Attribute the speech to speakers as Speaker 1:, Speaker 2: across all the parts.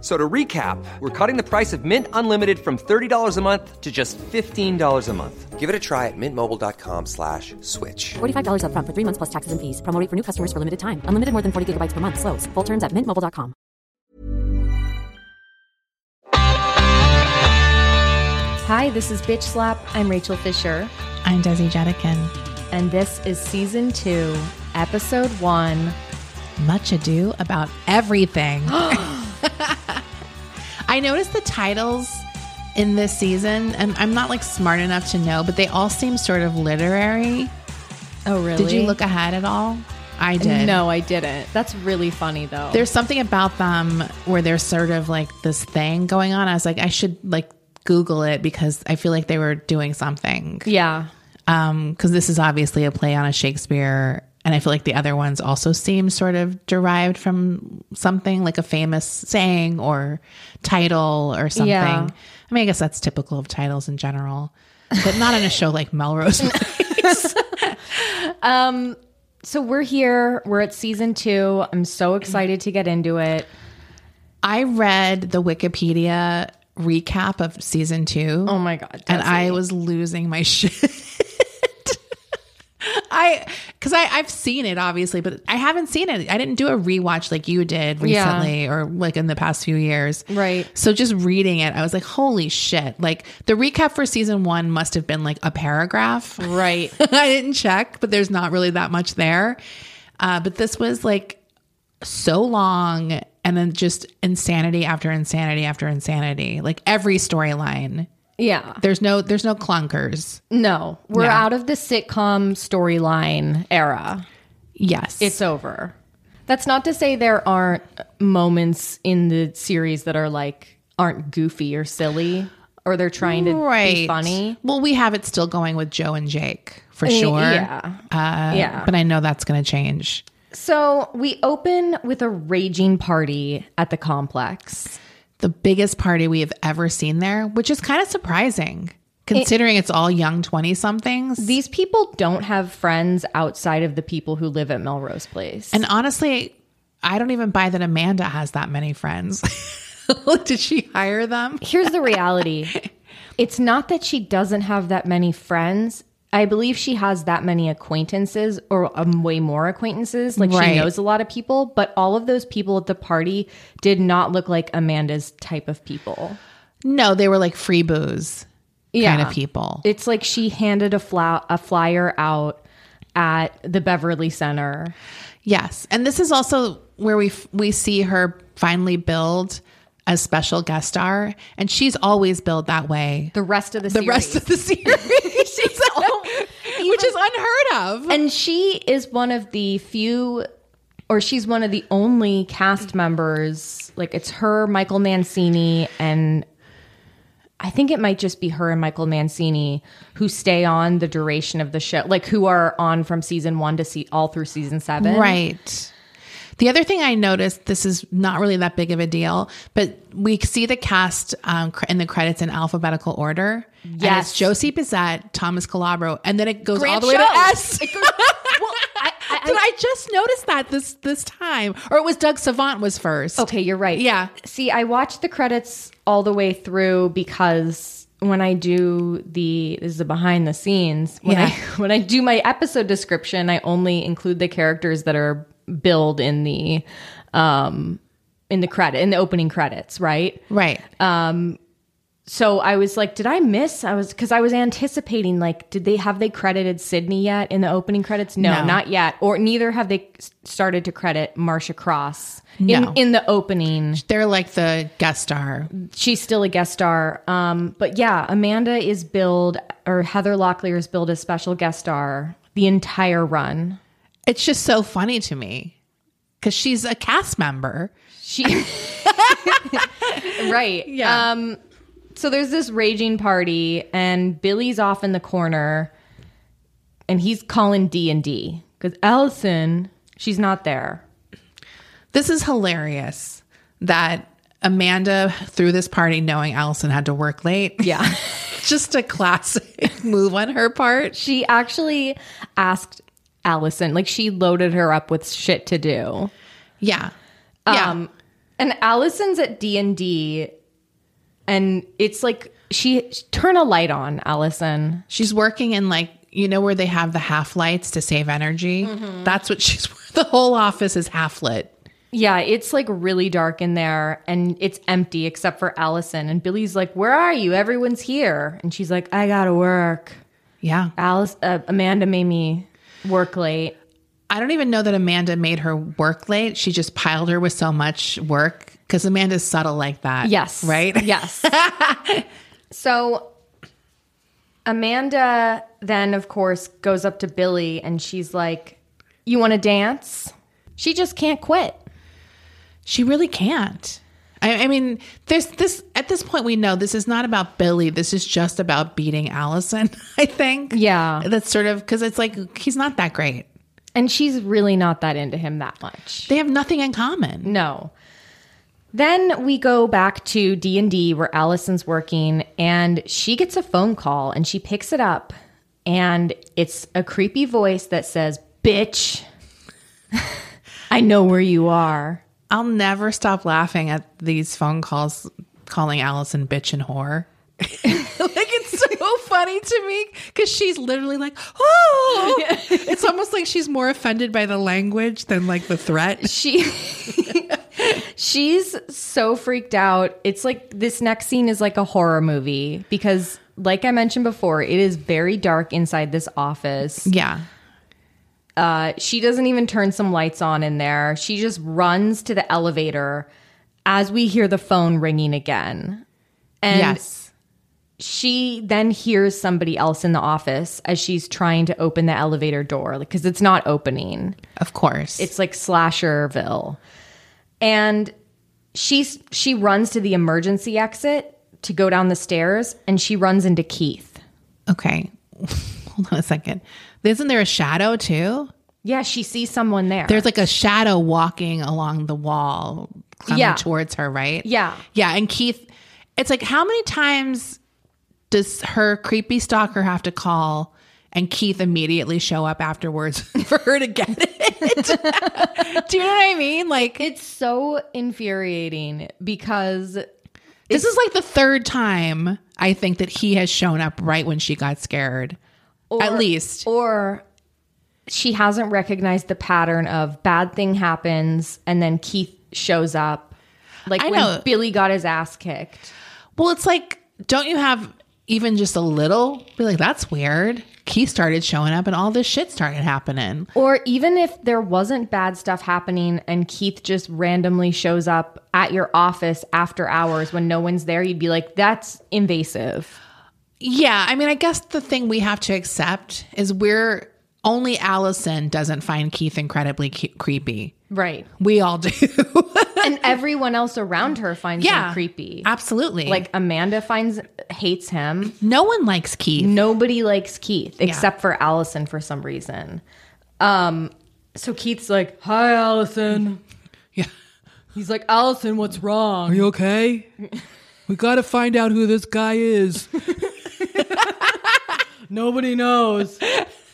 Speaker 1: So to recap, we're cutting the price of Mint Unlimited from $30 a month to just $15 a month. Give it a try at mintmobile.com slash switch.
Speaker 2: $45 upfront for three months plus taxes and fees. Promo rate for new customers for limited time. Unlimited more than 40 gigabytes per month. Slows. Full terms at mintmobile.com.
Speaker 3: Hi, this is Bitch Slap. I'm Rachel Fisher,
Speaker 4: I'm Desi Jetikin.
Speaker 3: and this is season two, episode one.
Speaker 4: Much ado about everything. I noticed the titles in this season, and I'm not like smart enough to know, but they all seem sort of literary.
Speaker 3: Oh, really? Uh,
Speaker 4: Did you look ahead at all? I did.
Speaker 3: No, I didn't. That's really funny, though.
Speaker 4: There's something about them where there's sort of like this thing going on. I was like, I should like Google it because I feel like they were doing something.
Speaker 3: yeah.
Speaker 4: Um, 'cause because this is obviously a play on a Shakespeare, and I feel like the other ones also seem sort of derived from something like a famous saying or title or something.
Speaker 3: Yeah.
Speaker 4: I mean, I guess that's typical of titles in general, but not in a show like Melrose. Place.
Speaker 3: So we're here. We're at season two. I'm so excited to get into it.
Speaker 4: I read the Wikipedia recap of season two.
Speaker 3: Oh my god.
Speaker 4: and
Speaker 3: Desi.
Speaker 4: I was losing my shit. I, because I I've seen it obviously, but I haven't seen it. I didn't do a rewatch like you did
Speaker 3: Yeah.
Speaker 4: recently or like in the past few years,
Speaker 3: Right.
Speaker 4: So just reading it, I was like, holy shit! Like the recap for season one must have been like a paragraph.
Speaker 3: right.
Speaker 4: I didn't check, but there's not really that much there. Uh, but this was like so long, and then just insanity after insanity after insanity. Like every storyline
Speaker 3: Yeah.
Speaker 4: there's no there's no clunkers.
Speaker 3: No, we're
Speaker 4: No.
Speaker 3: out of the sitcom storyline era.
Speaker 4: Yes.
Speaker 3: It's over. That's not to say there aren't moments in the series that are like aren't goofy or silly or they're trying to be funny. Eh,
Speaker 4: Well, we have it still going with Joe and Jake for sure. Uh,
Speaker 3: Yeah. yeah.
Speaker 4: But I know that's going to change.
Speaker 3: So we open with a raging party at the complex.
Speaker 4: The biggest party we have ever seen there, which is kind of surprising considering it's all young 20 somethings.
Speaker 3: Eh. These people don't have friends outside of the people who live at Melrose Place.
Speaker 4: and honestly, I don't even buy that Amanda has that many friends. Did she hire them?
Speaker 3: here's the reality it's not that she doesn't have that many friends i believe she has that many acquaintances or um, way more acquaintances like
Speaker 4: Right.
Speaker 3: she knows a lot of people but all of those people at the party did not look like amanda's type of people
Speaker 4: No, they were like free booze kind
Speaker 3: Yeah.
Speaker 4: of people.
Speaker 3: it's like she handed a, fla- a flyer out at the beverly center
Speaker 4: Yes, and this is also where we f- we see her finally build a special guest star, and she's always billed that way.
Speaker 3: the rest of the,
Speaker 4: The
Speaker 3: series.
Speaker 4: rest of the series, she's al- which is unheard of.
Speaker 3: and she is one of the few or she's one of the only cast members like it's her michael mancini and i think it might just be her and michael mancini who stay on the duration of the show like who are on from season one to see all through season seven
Speaker 4: Right. The other thing I noticed, this is not really that big of a deal, but we see the cast um, cr- in the credits in alphabetical order. And
Speaker 3: Yes.
Speaker 4: it's Josie Bizet, Thomas Calabro, and then it goes
Speaker 3: Grand
Speaker 4: all the way
Speaker 3: show.
Speaker 4: to S.
Speaker 3: It goes- well, I- I-
Speaker 4: Did I just noticed that this this time, or it was Doug Savant was first?
Speaker 3: Okay, you're right.
Speaker 4: Yeah.
Speaker 3: See, I watched the credits all the way through because when I do the this is the behind the scenes when
Speaker 4: Yeah.
Speaker 3: I when I do my episode description, I only include the characters that are billed in the
Speaker 4: Uh,
Speaker 3: um in the credit in the opening credits, right?
Speaker 4: Right.
Speaker 3: so I was like, did I miss? I was because I was anticipating like, did they have they credited Sydney yet in the opening credits? No,
Speaker 4: No.
Speaker 3: not yet. Or neither have they s- started to credit Marsha Cross
Speaker 4: No.
Speaker 3: in in the opening.
Speaker 4: They're like the guest star.
Speaker 3: She's still a guest star. Um, but yeah, Amanda is billed or Heather Locklear is billed as special guest star the entire run.
Speaker 4: It's just so funny to me because she's a cast member.
Speaker 3: She Right.
Speaker 4: Yeah.
Speaker 3: Um so there's this raging party and Billy's off in the corner and he's calling D&D cuz Allison, she's not there.
Speaker 4: This is hilarious that Amanda threw this party knowing Allison had to work late.
Speaker 3: Yeah.
Speaker 4: just a classic move on her part.
Speaker 3: she actually asked Allison, like she loaded her up with shit to do.
Speaker 4: Yeah.
Speaker 3: Um, and Allison's at D and D, and it's like she turn a light on, Allison.
Speaker 4: She's working in like you know where they have the half lights to save energy.
Speaker 3: Mm-hmm.
Speaker 4: That's what she's. The whole office is half lit.
Speaker 3: Yeah, it's like really dark in there, and it's empty except for Allison. And Billy's like, "Where are you? Everyone's here." And she's like, "I gotta work."
Speaker 4: Yeah,
Speaker 3: Alice, uh, Amanda made me work late.
Speaker 4: I don't even know that Amanda made her work late. She just piled her with so much work because Amanda's subtle like that.
Speaker 3: Yes.
Speaker 4: right.
Speaker 3: Yes. so Amanda then, of course, goes up to Billy and she's like, You want to dance? She just can't quit.
Speaker 4: She really can't. I, I mean, there's this at this point we know this is not about Billy. This is just about beating Allison. I think.
Speaker 3: Yeah.
Speaker 4: that's sort of because it's like he's not that great.
Speaker 3: And she's really not that into him that much.
Speaker 4: They have nothing in common.
Speaker 3: No. Then we go back to D&D where Allison's working and she gets a phone call and she picks it up and it's a creepy voice that says, "Bitch, I know where you are."
Speaker 4: I'll never stop laughing at these phone calls calling Allison bitch and whore. like it's so funny to me because she's literally like, oh, it's almost like she's more offended by the language than like the threat.
Speaker 3: she she's so freaked out it's like this next scene is like a horror movie because like i mentioned before it is very dark inside this office
Speaker 4: Yeah,
Speaker 3: uh, she doesn't even turn some lights on in there she just runs to the elevator as we hear the phone ringing again and
Speaker 4: yes,
Speaker 3: she then hears somebody else in the office as she's trying to open the elevator door because it's not opening
Speaker 4: of course.
Speaker 3: it's like Slasherville. And she's she runs to the emergency exit to go down the stairs and she runs into Keith.
Speaker 4: okay. Hold on a second. Isn't there a shadow too?
Speaker 3: Yeah, she sees someone there.
Speaker 4: There's like a shadow walking along the wall, coming
Speaker 3: Yeah.
Speaker 4: towards her, right?
Speaker 3: Yeah.
Speaker 4: Yeah. And Keith, it's like, how many times does her creepy stalker have to call and Keith immediately show up afterwards for her to get it? Do you know what I mean? Like,
Speaker 3: it's so infuriating because
Speaker 4: this is like the third time I think that he has shown up right when she got scared. At least.
Speaker 3: or she hasn't recognized the pattern of bad thing happens and then Keith shows up. Like
Speaker 4: I
Speaker 3: when
Speaker 4: know.
Speaker 3: Billy got his ass kicked.
Speaker 4: Well, it's like, don't you have even just a little? Be like, that's weird. Keith started showing up and all this shit started happening.
Speaker 3: Or even if there wasn't bad stuff happening and Keith just randomly shows up at your office after hours when no one's there, you'd be like, that's invasive.
Speaker 4: Yeah, I mean, I guess the thing we have to accept is we're only Allison doesn't find Keith incredibly cu- creepy.
Speaker 3: Right.
Speaker 4: We all do.
Speaker 3: And everyone else around her finds him creepy.
Speaker 4: Absolutely.
Speaker 3: Like Amanda finds hates him.
Speaker 4: no one likes Keith.
Speaker 3: Nobody likes Keith except for Allison for some reason. Um so Keith's like, "Hi Allison."
Speaker 5: Yeah.
Speaker 3: He's like, "Allison, what's wrong?"
Speaker 5: Are you okay? we got to find out who this guy is. Nobody knows.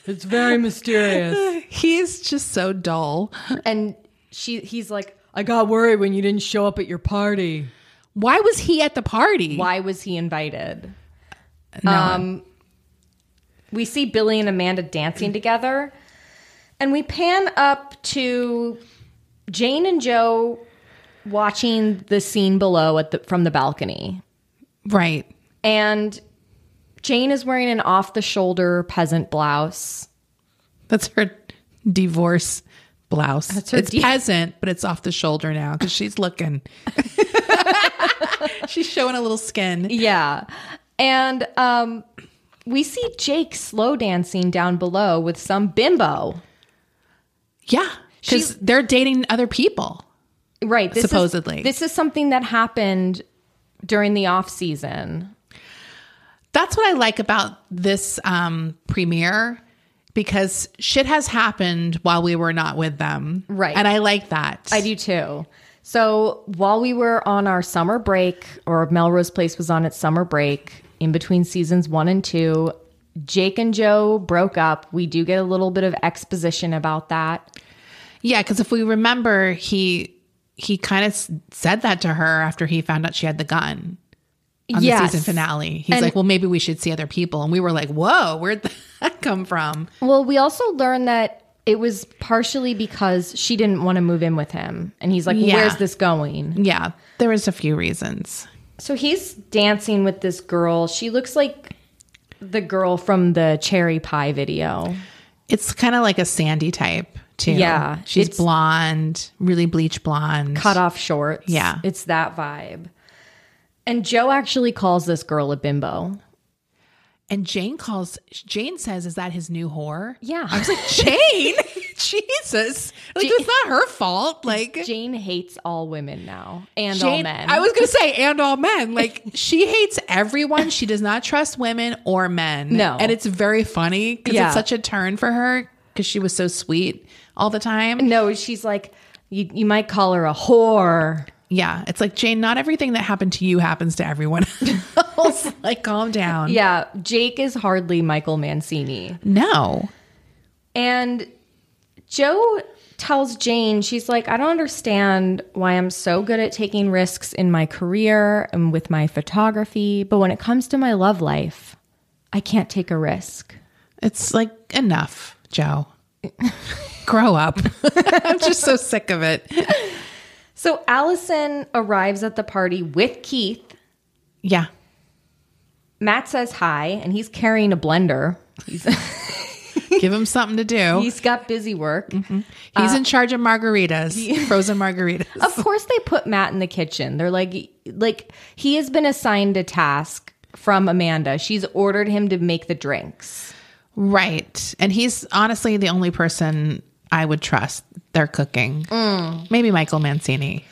Speaker 5: It's very mysterious.
Speaker 4: He's just so dull.
Speaker 3: And she he's like,
Speaker 5: I got worried when you didn't show up at your party.
Speaker 4: Why was he at the party?
Speaker 3: why was he invited?
Speaker 4: No.
Speaker 3: Um, we see Billy and Amanda dancing together, and we pan up to Jane and Joe watching the scene below at the, from the balcony.
Speaker 4: right.
Speaker 3: And Jane is wearing an off the shoulder peasant blouse.
Speaker 4: That's her divorce blouse.
Speaker 3: her
Speaker 4: it's
Speaker 3: di-
Speaker 4: peasant, but it's off the shoulder now because she's looking. she's showing a little skin.
Speaker 3: Yeah. And um, we see Jake slow dancing down below with some bimbo.
Speaker 4: Yeah,
Speaker 3: She's-
Speaker 4: because they're dating other people.
Speaker 3: Right. This
Speaker 4: Supposedly.
Speaker 3: Is, this is something that happened during the off season.
Speaker 4: That's what I like about this um, premiere because shit has happened while we were not with them.
Speaker 3: Right.
Speaker 4: And I like that.
Speaker 3: I do too. So while we were on our summer break, or Melrose Place was on its summer break in between seasons one and two, Jake and Joe broke up. We do get a little bit of exposition about that.
Speaker 4: Yeah, because if we remember, he he kind of said that to her after he found out she had the gun on the
Speaker 3: Yes.
Speaker 4: season finale. He's
Speaker 3: And-
Speaker 4: like, "Well, maybe we should see other people," and we were like, "Whoa, where'd that come from?"
Speaker 3: Well, we also learned that it was partially because she didn't want to move in with him. And he's like,
Speaker 4: Yeah.
Speaker 3: Where's this going?
Speaker 4: Yeah, there was a few reasons.
Speaker 3: So he's dancing with this girl. She looks like the girl from the cherry pie video.
Speaker 4: It's kind of like a Sandy type too.
Speaker 3: Yeah,
Speaker 4: she's
Speaker 3: it's-
Speaker 4: blonde, really bleach blonde.
Speaker 3: cut off shorts.
Speaker 4: Yeah.
Speaker 3: It's that vibe. And Joe actually calls this girl a bimbo.
Speaker 4: And Jane calls. Jane says, "Is that his new whore?"
Speaker 3: Yeah.
Speaker 4: I was like, Jane, Jesus, like it's not her fault. Like
Speaker 3: Jane hates all women now and all
Speaker 4: Jane-
Speaker 3: men.
Speaker 4: I was gonna say, and all men. Like she hates everyone. She does not trust women or men.
Speaker 3: No.
Speaker 4: and it's very funny because
Speaker 3: Yeah.
Speaker 4: it's such a turn for her because she was so sweet all the time.
Speaker 3: No, she's like, you, you might call her a whore.
Speaker 4: Yeah, it's like Jane. Not everything that happened to you happens to everyone else. like, calm down.
Speaker 3: Yeah. Jake is hardly Michael Mancini.
Speaker 4: No.
Speaker 3: And Joe tells Jane, she's like, I don't understand why I'm so good at taking risks in my career and with my photography, but when it comes to my love life, I can't take a risk.
Speaker 4: It's like enough, Joe. Grow up. I'm just so sick of it.
Speaker 3: So Allison arrives at the party with Keith.
Speaker 4: Yeah.
Speaker 3: Matt says hi, and he's carrying a blender. He's,
Speaker 4: Give him something to do. He's,
Speaker 3: he's uh, got busy work.
Speaker 4: in charge of margaritas, frozen margaritas.
Speaker 3: Of course, they put Matt in the kitchen. They're like, like he has been assigned a task from Amanda. She's ordered him to make the drinks.
Speaker 4: Right. And he's honestly the only person I would trust their cooking. Maybe Michael Mancini.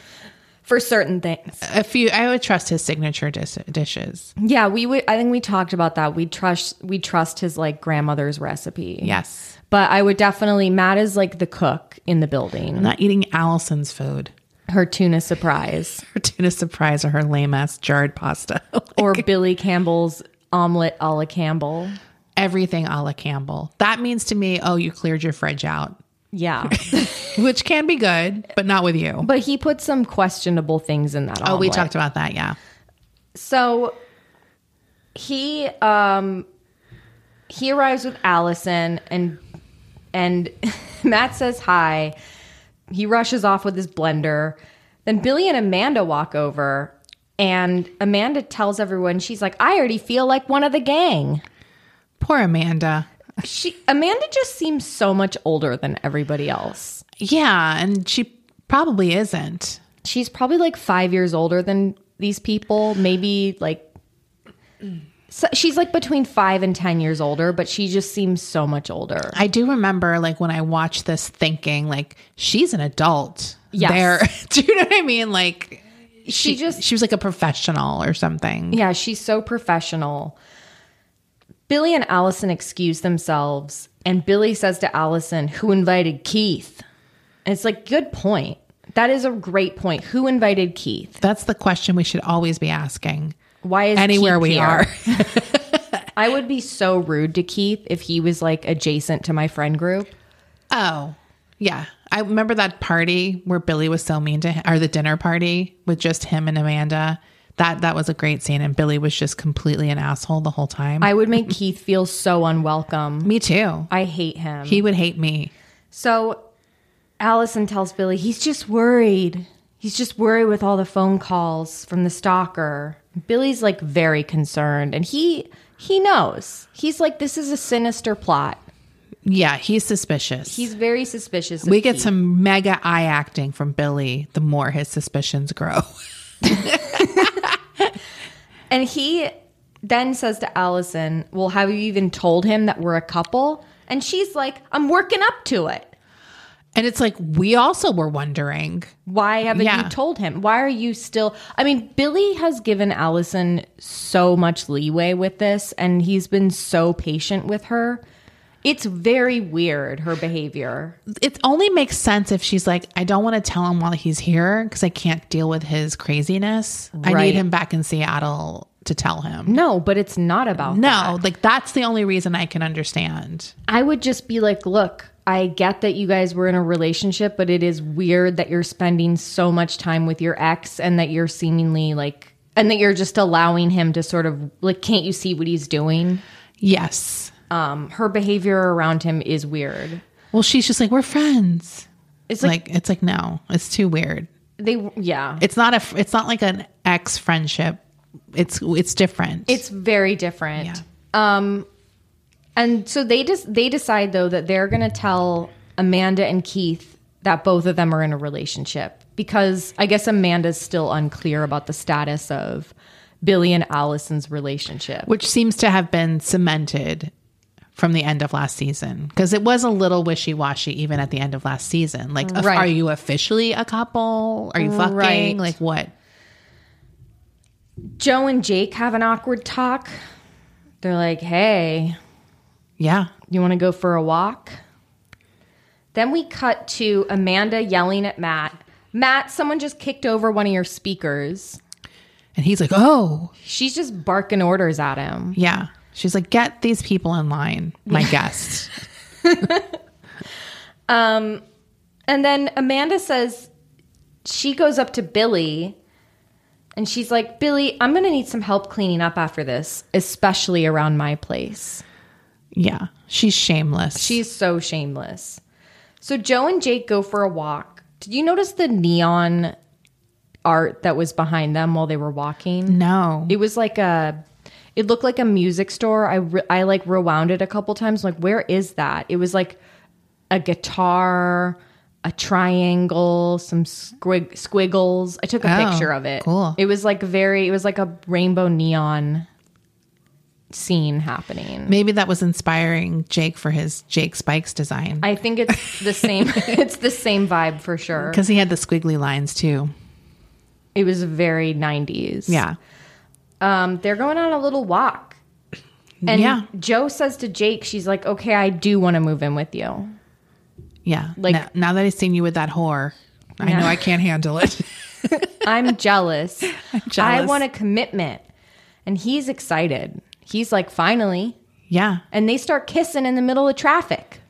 Speaker 3: For certain things.
Speaker 4: A few, I would trust his signature dis- dishes.
Speaker 3: Yeah, we would I think we talked about that. We trust we trust his like grandmother's recipe.
Speaker 4: Yes.
Speaker 3: But I would definitely Matt is like the cook in the building.
Speaker 4: Not eating Allison's food,
Speaker 3: Her tuna surprise.
Speaker 4: her tuna surprise, or her lame ass jarred pasta.
Speaker 3: or Billy Campbell's omelet a la Campbell.
Speaker 4: Everything a la Campbell. That means to me, oh, you cleared your fridge out,
Speaker 3: Yeah.
Speaker 4: which can be good, but not with you.
Speaker 3: but he put some questionable things in that
Speaker 4: oh, we
Speaker 3: omelet.
Speaker 4: talked about that. Yeah.
Speaker 3: So he um he arrives with Allison and and Matt says hi. He rushes off with his blender. Then Billy and Amanda walk over and Amanda tells everyone she's like I already feel like one of the gang.
Speaker 4: Poor Amanda.
Speaker 3: She Amanda just seems so much older than everybody else.
Speaker 4: Yeah. And she probably isn't.
Speaker 3: She's probably like 5 years older than these people, maybe like so she's like between 5 and 10 years older, but she just seems so much older.
Speaker 4: I do remember like when I watched this thinking like she's an adult.
Speaker 3: Yes.
Speaker 4: There. do you know what I mean? Like
Speaker 3: she just
Speaker 4: she was like a professional or something.
Speaker 3: Yeah, she's so professional. Billy and Allison excuse themselves, and Billy says to Allison, Who invited Keith? And it's like, Good point. That is a great point. Who invited Keith?
Speaker 4: That's the question we should always be asking.
Speaker 3: Why is
Speaker 4: Anywhere
Speaker 3: Keith
Speaker 4: we
Speaker 3: here?
Speaker 4: are.
Speaker 3: I would be so rude to Keith if he was like adjacent to my friend group.
Speaker 4: Oh. Yeah. I remember that party where Billy was so mean to him or the dinner party with just him and Amanda. That that was a great scene and Billy was just completely an asshole the whole time.
Speaker 3: I would make Keith feel so unwelcome.
Speaker 4: me too.
Speaker 3: I hate him.
Speaker 4: he would hate me.
Speaker 3: so Allison tells Billy, He's just worried. he's just worried with all the phone calls from the stalker. Billy's like very concerned and he he knows. He's like this is a sinister plot.
Speaker 4: Yeah, he's suspicious.
Speaker 3: He's very suspicious. of
Speaker 4: we get
Speaker 3: Pete.
Speaker 4: some mega eye acting from Billy the more his suspicions grow.
Speaker 3: And he then says to Allison, "Well, have you even told him that we're a couple?" And she's like, "I'm working up to it.
Speaker 4: and it's like, we also were wondering.
Speaker 3: Why haven't
Speaker 4: Yeah.
Speaker 3: you told him? Why are you still?" I mean, Billy has given Allison so much leeway with this, and he's been so patient with her. It's very weird her behavior.
Speaker 4: It only makes sense if she's like, I don't want to tell him while he's here because I can't deal with his craziness. I
Speaker 3: Right.
Speaker 4: need him back in Seattle to tell him.
Speaker 3: No, but it's not about that.
Speaker 4: No, like that's the only reason I can understand.
Speaker 3: I would just be like, look, I get that you guys were in a relationship, but it is weird that you're spending so much time with your ex and that you're seemingly like, and that you're just allowing him to sort of like, can't you see what he's doing?
Speaker 4: Yes.
Speaker 3: Um, her behavior around him is weird.
Speaker 4: Well, she's just like, we're friends.
Speaker 3: It's like,
Speaker 4: Like, it's like, no, it's too weird.
Speaker 3: they, yeah,
Speaker 4: It's not a, it's not like an ex friendship. It's, it's different.
Speaker 3: it's very different. Um, and so they just they decide though that they're going to tell Amanda and Keith that both of them are in a relationship because I guess Amanda's still unclear about the status of Billy and Allison's relationship.
Speaker 4: which seems to have been cemented from the end of last season because it was a little wishy-washy even at the end of last season like uh,
Speaker 3: Right.
Speaker 4: are you officially a couple are you fucking
Speaker 3: Right.
Speaker 4: like what
Speaker 3: Joe and Jake have an awkward talk. They're like, "Hey,
Speaker 4: yeah
Speaker 3: you want to go for a walk?" Then we cut to Amanda yelling at Matt. Matt, someone just kicked over one of your speakers.
Speaker 4: and he's like oh
Speaker 3: She's just barking orders at him.
Speaker 4: yeah she's like get these people in line my guest
Speaker 3: And then Amanda says she goes up to Billy and she's like, Billy, I'm going to need some help cleaning up after this, especially around my place.
Speaker 4: yeah she's shameless
Speaker 3: She's so shameless. So Joe and Jake go for a walk. Did you notice the neon art that was behind them while they were walking?
Speaker 4: no
Speaker 3: It was like a. It looked like a music store. I re- I like rewound it a couple times. Like, where is that? It was like a guitar, a triangle, some squig- squiggles. I took a
Speaker 4: Oh,
Speaker 3: picture of it.
Speaker 4: cool.
Speaker 3: It was like very. It was like a rainbow neon scene happening.
Speaker 4: maybe that was inspiring jake for his jake spikes design
Speaker 3: I think it's the same. it's the same vibe for sure.
Speaker 4: because he had the squiggly lines too
Speaker 3: It was very nineties.
Speaker 4: yeah
Speaker 3: um, they're going on a little walk. And
Speaker 4: Yeah.
Speaker 3: Joe says to Jake, she's like, okay, I do want to move in with you.
Speaker 4: yeah
Speaker 3: Like-
Speaker 4: like now, now that i've seen you with that whore i know i can't handle it
Speaker 3: I'm jealous. I
Speaker 4: jealous.
Speaker 3: want a commitment. And he's excited. He's like, finally.
Speaker 4: yeah
Speaker 3: And they start kissing in the middle of traffic.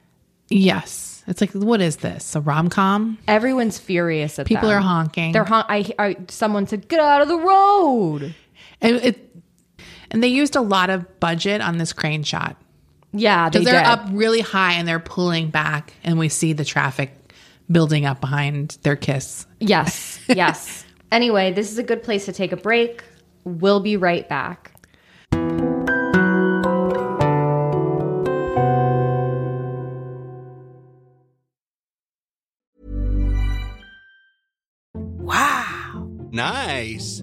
Speaker 4: Yes. It's like, what is this? A rom com?
Speaker 3: Everyone's furious at
Speaker 4: People
Speaker 3: them.
Speaker 4: are honking.
Speaker 3: They're hon- I, I, someone said, get out of the road.
Speaker 4: and, it, and they used a lot of budget on this crane shot
Speaker 3: Yeah, they
Speaker 4: because they're
Speaker 3: did.
Speaker 4: up really high and they're pulling back, and we see the traffic building up behind their kiss.
Speaker 3: Yes, yes. anyway, this is a good place to take a break. We'll be right back.
Speaker 6: Nice.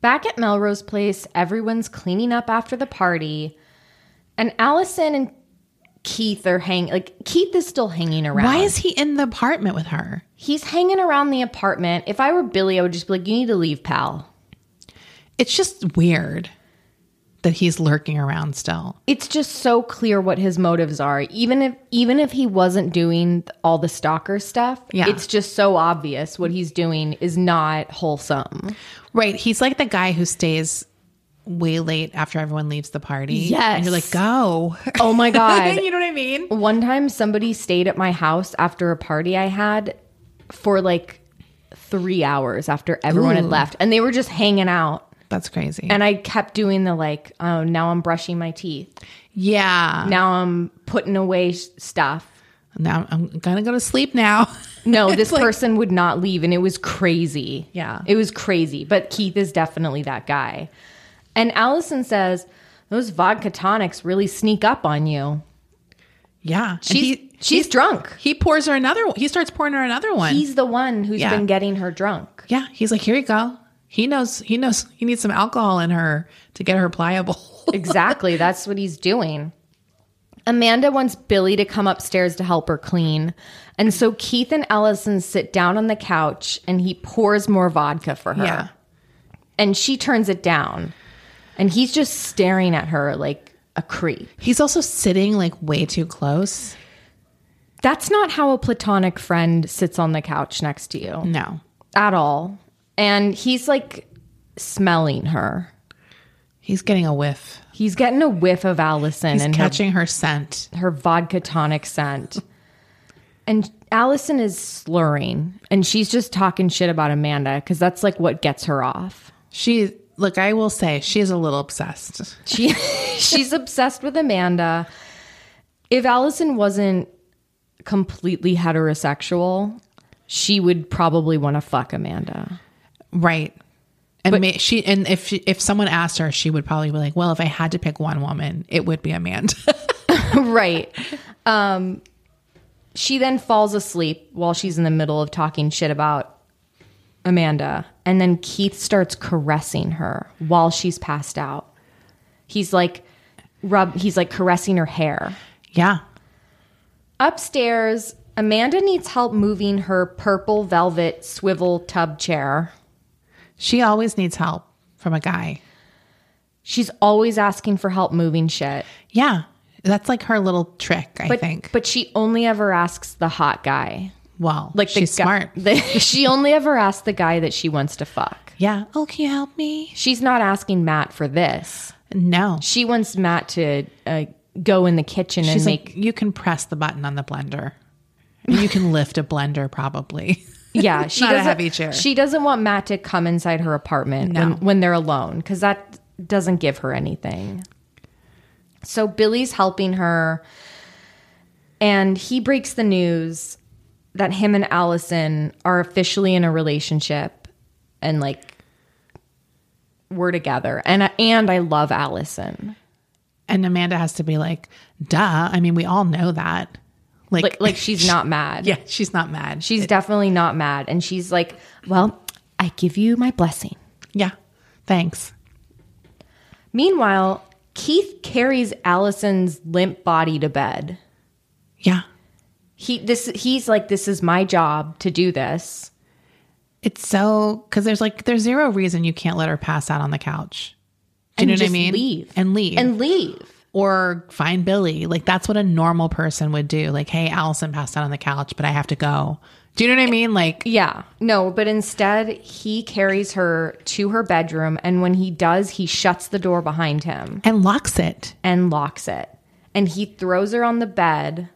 Speaker 3: Back at Melrose Place, everyone's cleaning up after the party, and Allison and Keith are hanging. Like Keith is still hanging around.
Speaker 4: Why is he in the apartment with her?
Speaker 3: he's hanging around the apartment? If I were Billy, I would just be like, "You need to leave, pal."
Speaker 4: It's just weird that he's lurking around still.
Speaker 3: It's just so clear what his motives are. Even if even if he wasn't doing all the stalker stuff,
Speaker 4: Yeah.
Speaker 3: it's just so obvious what he's doing is not wholesome.
Speaker 4: Right. He's like the guy who stays way late after everyone leaves the party.
Speaker 3: Yes.
Speaker 4: And you're like, go.
Speaker 3: Oh my god.
Speaker 4: know what I mean?
Speaker 3: One time somebody stayed at my house after a party I had for like 3 hours after everyone had left and they were just hanging out
Speaker 4: That's crazy.
Speaker 3: and I kept doing the like oh now I'm brushing my teeth.
Speaker 4: yeah.
Speaker 3: Now I'm putting away s- stuff.
Speaker 4: Now I'm going to go to sleep now.
Speaker 3: No, this person would not leave, and it was crazy.
Speaker 4: Yeah.
Speaker 3: It was crazy. But Keith is definitely that guy. And Allison says, Those vodka tonics really sneak up on you.
Speaker 4: yeah. And
Speaker 3: She's,
Speaker 4: he,
Speaker 3: she's drunk.
Speaker 4: he pours her another one. He starts pouring her another one.
Speaker 3: He's the one who's
Speaker 4: Yeah.
Speaker 3: been getting her drunk.
Speaker 4: yeah. He's like, here you go. He knows, he knows he needs some alcohol in her to get her pliable.
Speaker 3: Exactly. That's what he's doing. Amanda wants Billy to come upstairs to help her clean. And so Keith and Allison sit down on the couch and he pours more vodka for her.
Speaker 4: Yeah.
Speaker 3: And she turns it down. And he's just staring at her like a creep.
Speaker 4: He's also sitting like way too close.
Speaker 3: That's not how a platonic friend sits on the couch next to you
Speaker 4: No.
Speaker 3: at all. And he's like smelling her.
Speaker 4: He's getting a whiff.
Speaker 3: He's getting a whiff of Allison
Speaker 4: He's
Speaker 3: and her
Speaker 4: catching her scent.
Speaker 3: her vodka tonic scent. and Allison is slurring and she's just talking shit about Amanda because that's like what gets her off.
Speaker 4: She, look, I will say she is a little obsessed.
Speaker 3: She she's obsessed with Amanda. If Allison wasn't completely heterosexual, she would probably want to fuck Amanda.
Speaker 4: Right. And ma- she and if she, if someone asked her, she would probably be like, "Well, if I had to pick one woman, it would be Amanda."
Speaker 3: right. Um she then falls asleep while she's in the middle of talking shit about Amanda. And then Keith starts caressing her while she's passed out. He's like rub he's like caressing her hair.
Speaker 4: yeah,
Speaker 3: Upstairs, Amanda needs help moving her purple velvet swivel tub chair.
Speaker 4: she always needs help from a guy.
Speaker 3: She's always asking for help moving shit.
Speaker 4: Yeah, that's like her little trick, I
Speaker 3: But
Speaker 4: think.
Speaker 3: but she only ever asks the hot guy.
Speaker 4: well,
Speaker 3: Like
Speaker 4: like she's
Speaker 3: the guy-
Speaker 4: smart.
Speaker 3: the- she only ever asks the guy that she wants to fuck.
Speaker 4: yeah. Oh, can you help me?
Speaker 3: She's not asking Matt for this.
Speaker 4: No,
Speaker 3: She wants Matt to uh, go in the kitchen and
Speaker 4: she's
Speaker 3: make.
Speaker 4: like, you can press the button on the blender. And you can lift a blender, probably.
Speaker 3: yeah, she
Speaker 4: Not a
Speaker 3: doesn't.
Speaker 4: heavy chair.
Speaker 3: She doesn't want Matt to come inside her apartment when, when they're alone because that doesn't give her anything. So Billy's helping her, and he breaks the news that him and Allison are officially in a relationship, and like we're together. And I- and I love Allison.
Speaker 4: And Amanda has to be like, "Duh." I mean, we all know that. Like,
Speaker 3: Like like she's not mad.
Speaker 4: yeah, she's not mad.
Speaker 3: She's definitely not mad. And she's like, Well, I give you my blessing.
Speaker 4: yeah, thanks.
Speaker 3: Meanwhile, Keith carries Allison's limp body to bed.
Speaker 4: Yeah,
Speaker 3: He this he's like, This is my job to do this.
Speaker 4: It's so because there's like there's zero reason you can't let her pass out on the couch. Do
Speaker 3: and
Speaker 4: you know what I
Speaker 3: just
Speaker 4: mean?
Speaker 3: Leave.
Speaker 4: and leave
Speaker 3: And leave.
Speaker 4: or find Billy. Like that's what a normal person would do. Like, hey, Allison passed out on the couch, but I have to go. Do you know what I mean? Like,
Speaker 3: Yeah. No, but instead he carries her to her bedroom and when he does, he shuts the door behind him.
Speaker 4: and locks it.
Speaker 3: and locks it. And he throws her on the bed,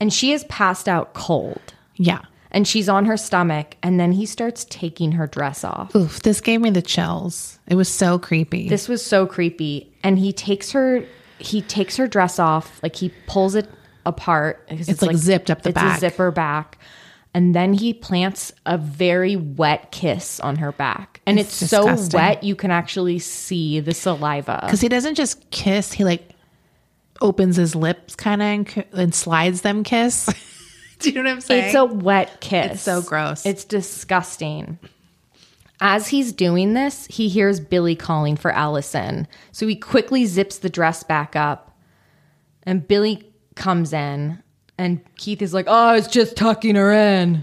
Speaker 3: and she is passed out cold.
Speaker 4: Yeah.
Speaker 3: And she's on her stomach, and then he starts taking her dress off.
Speaker 4: Oof, this gave me the chills. It was so creepy.
Speaker 3: This was so creepy. And he takes her, he takes her dress off, like he pulls it apart. It's,
Speaker 4: like, zipped up the
Speaker 3: it's
Speaker 4: back.
Speaker 3: a zipper back. And then he plants a very wet kiss on her back. And it's,
Speaker 4: It's
Speaker 3: so
Speaker 4: disgusting.
Speaker 3: wet you can actually see the saliva.
Speaker 4: Because he doesn't just kiss, he like opens his lips kind of and, c- and slides them kiss. do you know what I'm saying?
Speaker 3: It's a wet kiss.
Speaker 4: It's so gross.
Speaker 3: It's disgusting. As he's doing this, he hears Billy calling for Allison. So he quickly zips the dress back up, and Billy comes in, and Keith is like, Oh, I was just tucking her in.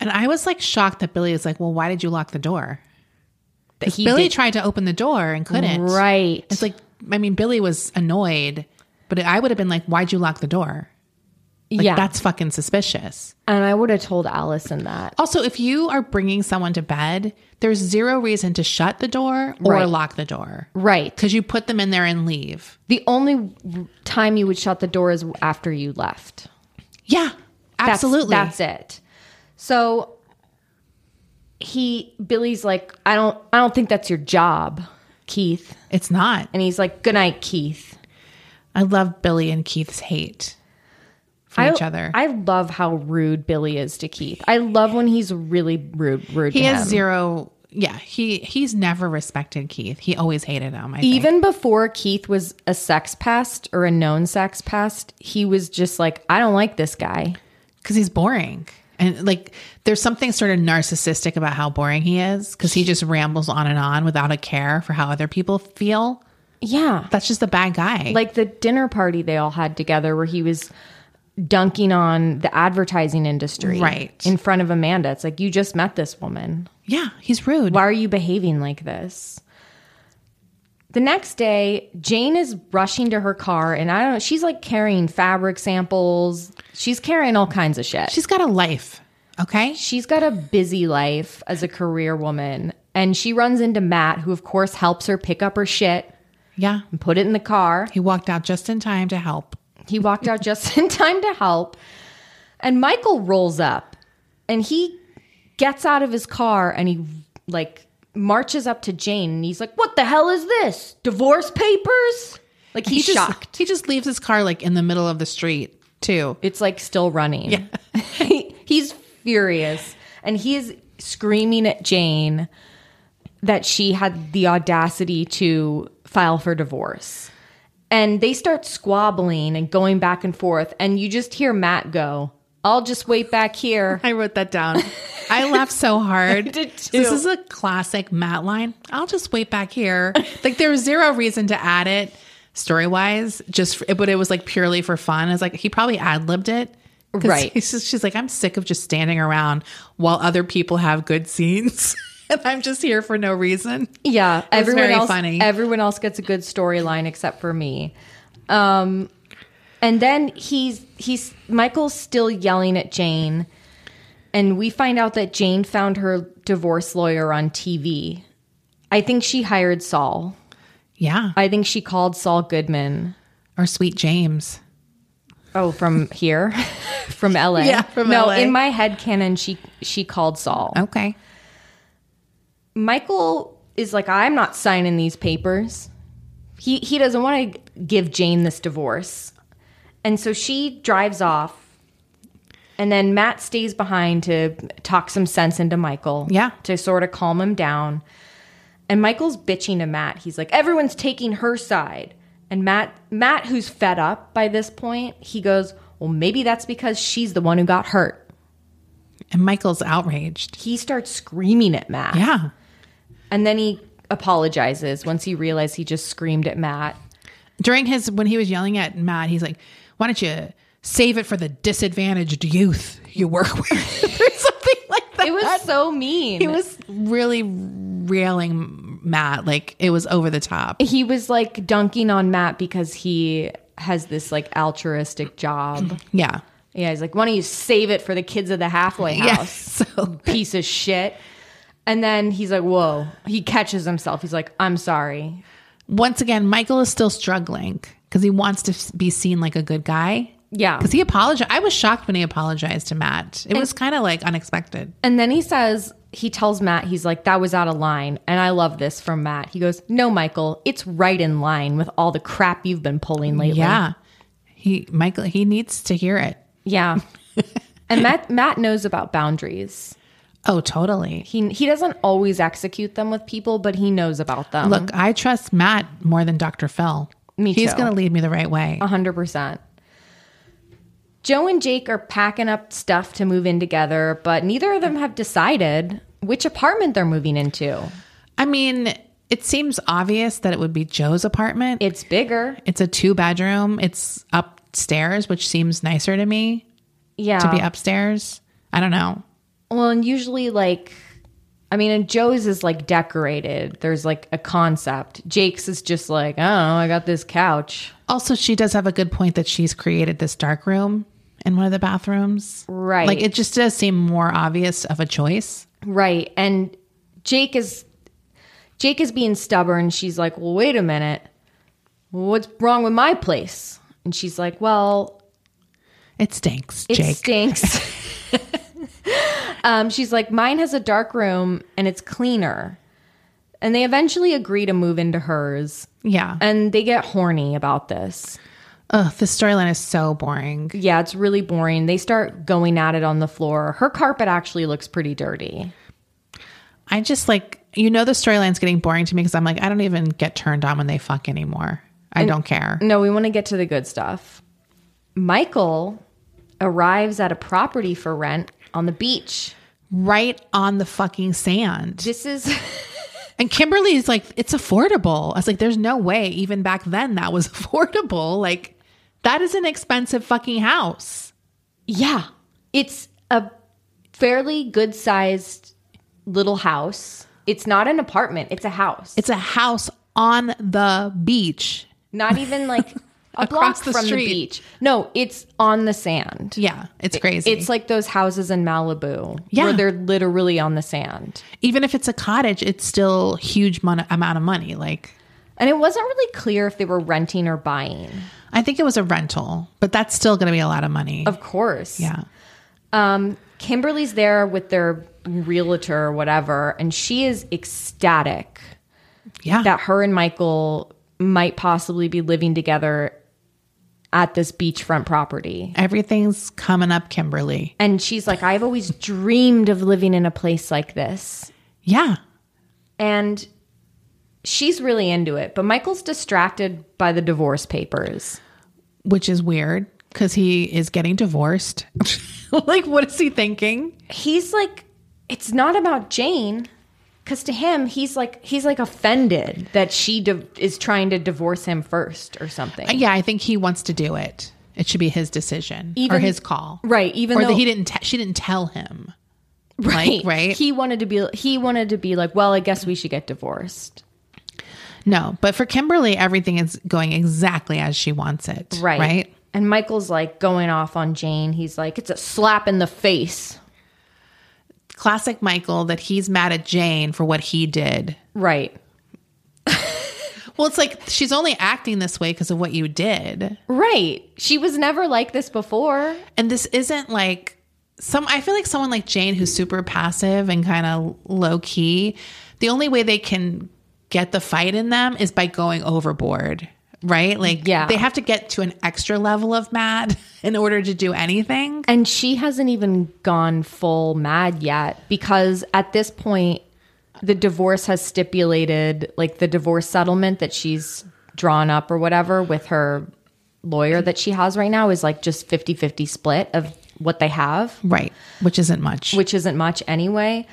Speaker 4: And I was like shocked that Billy is like, well, why did you lock the door?
Speaker 3: That he
Speaker 4: Billy
Speaker 3: did-
Speaker 4: tried to open the door and couldn't.
Speaker 3: Right.
Speaker 4: It's like, I mean, Billy was annoyed, but I would have been like, why'd you lock the door? Like,
Speaker 3: yeah.
Speaker 4: that's fucking suspicious.
Speaker 3: and I would have told Allison that.
Speaker 4: Also, if you are bringing someone to bed, there's zero reason to shut the door or
Speaker 3: Right.
Speaker 4: lock the door.
Speaker 3: Right.
Speaker 4: Because you put them in there and leave.
Speaker 3: The only time you would shut the door is after you left.
Speaker 4: Yeah,
Speaker 3: That's-
Speaker 4: absolutely.
Speaker 3: That's, it. So he Billy's like, I don't I don't think that's your job, Keith.
Speaker 4: It's not.
Speaker 3: And he's like, Good night, Keith.
Speaker 4: I love Billy and Keith's hate for
Speaker 3: I,
Speaker 4: each other.
Speaker 3: I love how rude Billy is to Keith. I love when he's really rude rude
Speaker 4: he
Speaker 3: to
Speaker 4: has
Speaker 3: him.
Speaker 4: zero. Yeah, he he's never respected Keith. He always hated him. I think.
Speaker 3: Even before Keith was a sex pest or a known sex pest, he was just like, I don't like this guy.
Speaker 4: because he's boring and like there's something sort of narcissistic about how boring he is because he just rambles on and on without a care for how other people feel
Speaker 3: Yeah.
Speaker 4: that's just a bad guy
Speaker 3: like the dinner party they all had together where he was dunking on the advertising industry
Speaker 4: Right.
Speaker 3: in front of amanda it's like you just met this woman
Speaker 4: yeah he's rude
Speaker 3: why are you behaving like this the next day jane is rushing to her car and i don't know she's like carrying fabric samples she's carrying all kinds of shit
Speaker 4: she's got a life okay
Speaker 3: she's got a busy life as a career woman and she runs into matt who of course helps her pick up her shit
Speaker 4: yeah
Speaker 3: and put it in the car
Speaker 4: he walked out just in time to help
Speaker 3: He walked out just in time to help. And Michael rolls up and he gets out of his car and he like marches up to Jane and he's like, What the hell is this? Divorce papers? Like he's
Speaker 4: he just,
Speaker 3: shocked.
Speaker 4: he just leaves his car like in the middle of the street too
Speaker 3: It's like still running. he, he's furious and he is screaming at Jane that she had the audacity to file for divorce. And they start squabbling and going back and forth. And you just hear Matt go, I'll just wait back here.
Speaker 4: I wrote that down. I laughed so hard.
Speaker 3: did too.
Speaker 4: This is a classic Matt line. I'll just wait back here. Like there was zero reason to add it story wise, just for, but it was like purely for fun. It's like he probably ad libbed it. 'Cause
Speaker 3: Right.
Speaker 4: he's just- she's like, I'm sick of just standing around while other people have good scenes. And I'm just here for no reason.
Speaker 3: Yeah. everyone
Speaker 4: very
Speaker 3: else,
Speaker 4: funny.
Speaker 3: Everyone else gets a good storyline except for me. Um, and then he's he's Michael's still yelling at Jane, and we find out that Jane found her divorce lawyer on TV. I think she hired Saul.
Speaker 4: Yeah.
Speaker 3: I think she called Saul Goodman.
Speaker 4: Or Sweet James.
Speaker 3: Oh, from here, from LA.
Speaker 4: Yeah, from
Speaker 3: no,
Speaker 4: LA.
Speaker 3: in my head canon, she she called Saul.
Speaker 4: Okay.
Speaker 3: Michael is like, I'm not signing these papers. He he doesn't want to give Jane this divorce. And so she drives off. And then Matt stays behind to talk some sense into Michael.
Speaker 4: Yeah.
Speaker 3: To sort of calm him down. And Michael's bitching to Matt. He's like, everyone's taking her side. And Matt Matt, who's fed up by this point, he goes, Well, maybe that's because she's the one who got hurt.
Speaker 4: And Michael's outraged.
Speaker 3: He starts screaming at Matt.
Speaker 4: Yeah.
Speaker 3: And then he apologizes once he realized he just screamed at Matt.
Speaker 4: during his when he was yelling at Matt, he's like, "Why don't you save it for the disadvantaged youth you work with?" or something like that.
Speaker 3: It was so mean.
Speaker 4: he was really railing Matt, like it was over the top.
Speaker 3: he was like dunking on Matt because he has this like altruistic job.
Speaker 4: Yeah,
Speaker 3: yeah, he's like, why don't you save it for the kids of the halfway
Speaker 4: yeah.
Speaker 3: house?
Speaker 4: So
Speaker 3: Piece of shit. And then he's like, whoa. He catches himself. He's like, I'm sorry.
Speaker 4: once again, Michael is still struggling because he wants to f- be seen like a good guy.
Speaker 3: Yeah.
Speaker 4: Because he apologized. I was shocked when he apologized to Matt. It was kind of like unexpected.
Speaker 3: And then he says, he tells Matt, he's like, that was out of line. And I love this from Matt. He goes, no, Michael, it's right in line with all the crap you've been pulling lately.
Speaker 4: Yeah. He Michael he needs to hear it.
Speaker 3: Yeah. and Matt Matt knows about boundaries.
Speaker 4: Oh, totally.
Speaker 3: He he doesn't always execute them with people, but he knows about them.
Speaker 4: Look, I trust Matt more than Dr. Phil.
Speaker 3: Mm-hmm. Me
Speaker 4: He's
Speaker 3: too. Uh,
Speaker 4: going to lead me the right way.
Speaker 3: 100%. Joe and Jake are packing up stuff to move in together, but neither of them have decided which apartment they're moving into.
Speaker 4: I mean, it seems obvious that it would be Joe's apartment.
Speaker 3: It's bigger.
Speaker 4: it's a two bedroom. It's upstairs, which seems nicer to me
Speaker 3: Yeah.
Speaker 4: to be upstairs. I don't know.
Speaker 3: Well, and usually like I mean, and Joe's is like decorated. There's like a concept. Jake's is just like, oh, I got this couch.
Speaker 4: Also, she does have a good point that she's created this dark room in one of the bathrooms.
Speaker 3: Right.
Speaker 4: Like it just does seem more obvious of a choice.
Speaker 3: Right. And Jake is Jake is being stubborn. She's like, "Well, wait a minute. What's wrong with my place?" And she's like, "Well,
Speaker 4: It stinks,
Speaker 3: it
Speaker 4: Jake.
Speaker 3: stinks." um, she's like, "Mine has a dark room and it's cleaner." And they eventually agree to move into hers,
Speaker 4: yeah.
Speaker 3: and they get horny about this.
Speaker 4: Ugh, the storyline is so boring.
Speaker 3: Yeah, it's really boring. They start going at it on the floor. Her carpet actually looks pretty dirty.
Speaker 4: I just like you know the storyline's getting boring to me because I'm like I don't even get turned on when they fuck anymore. I
Speaker 3: Mm.
Speaker 4: don't care.
Speaker 3: No, we want to get to the good stuff. Michael arrives at a property for rent on the beach.
Speaker 4: Right on the fucking sand.
Speaker 3: This is
Speaker 4: And Kimberly's like it's affordable. I was like there's no way even back then that was affordable. Like that is an expensive fucking house.
Speaker 3: yeah, it's a fairly good-sized little house. It's not an apartment, it's a house.
Speaker 4: It's a house on the beach.
Speaker 3: not even like a block
Speaker 4: Across the
Speaker 3: from
Speaker 4: street.
Speaker 3: the beach. No, it's on the sand.
Speaker 4: Yeah, it's crazy.
Speaker 3: It's like those houses in Malibu
Speaker 4: Yeah.
Speaker 3: where they're literally on the sand.
Speaker 4: even if it's a cottage, it's still huge mon- amount of money. Like
Speaker 3: And it wasn't really clear if they were renting or buying.
Speaker 4: I think it was a rental, but that's still going to be a lot of money.
Speaker 3: Of course.
Speaker 4: yeah.
Speaker 3: Um, Kimberly's there with their realtor or whatever, and she is ecstatic
Speaker 4: Yeah.
Speaker 3: that her and Michael might possibly be living together at this beachfront property.
Speaker 4: Everything's coming up, Kimberly.
Speaker 3: And she's like, I've always dreamed of living in a place like this.
Speaker 4: Yeah.
Speaker 3: And she's really into it, but Michael's distracted by the divorce papers.
Speaker 4: Which is weird because he is getting divorced. like, what is he thinking?
Speaker 3: He's like, it's not about Jane. Because to him, he's like he's like offended that she div is trying to divorce him first or something.
Speaker 4: Yeah, I think he wants to do it. It should be his decision or
Speaker 3: Even-
Speaker 4: his call.
Speaker 3: Right, even
Speaker 4: Or
Speaker 3: though
Speaker 4: that he didn't, te- she didn't tell him.
Speaker 3: right,
Speaker 4: like, right?
Speaker 3: He wanted to be he wanted to be like, well, I guess we should get divorced.
Speaker 4: No, but for Kimberly, everything is going exactly as she wants it.
Speaker 3: Right.
Speaker 4: Right.
Speaker 3: And Michael's like going off on Jane. He's like, it's a slap in the face.
Speaker 4: Classic Michael that he's mad at Jane for what he did.
Speaker 3: Right.
Speaker 4: Well, it's like she's only acting this way because of what you did.
Speaker 3: Right. She was never like this before.
Speaker 4: And this isn't like some I feel like someone like Jane who's super passive and kind of low key, the only way they can get the fight in them is by going overboard, right? Like
Speaker 3: Yeah.
Speaker 4: they have to get to an extra level of mad in order to do anything.
Speaker 3: And she hasn't even gone full mad yet because at this point, the divorce has stipulated, like the divorce settlement that she's drawn up or whatever with her lawyer that she has right now is like just 50 50 split of what they have,
Speaker 4: Right, which isn't much.
Speaker 3: which isn't much anyway.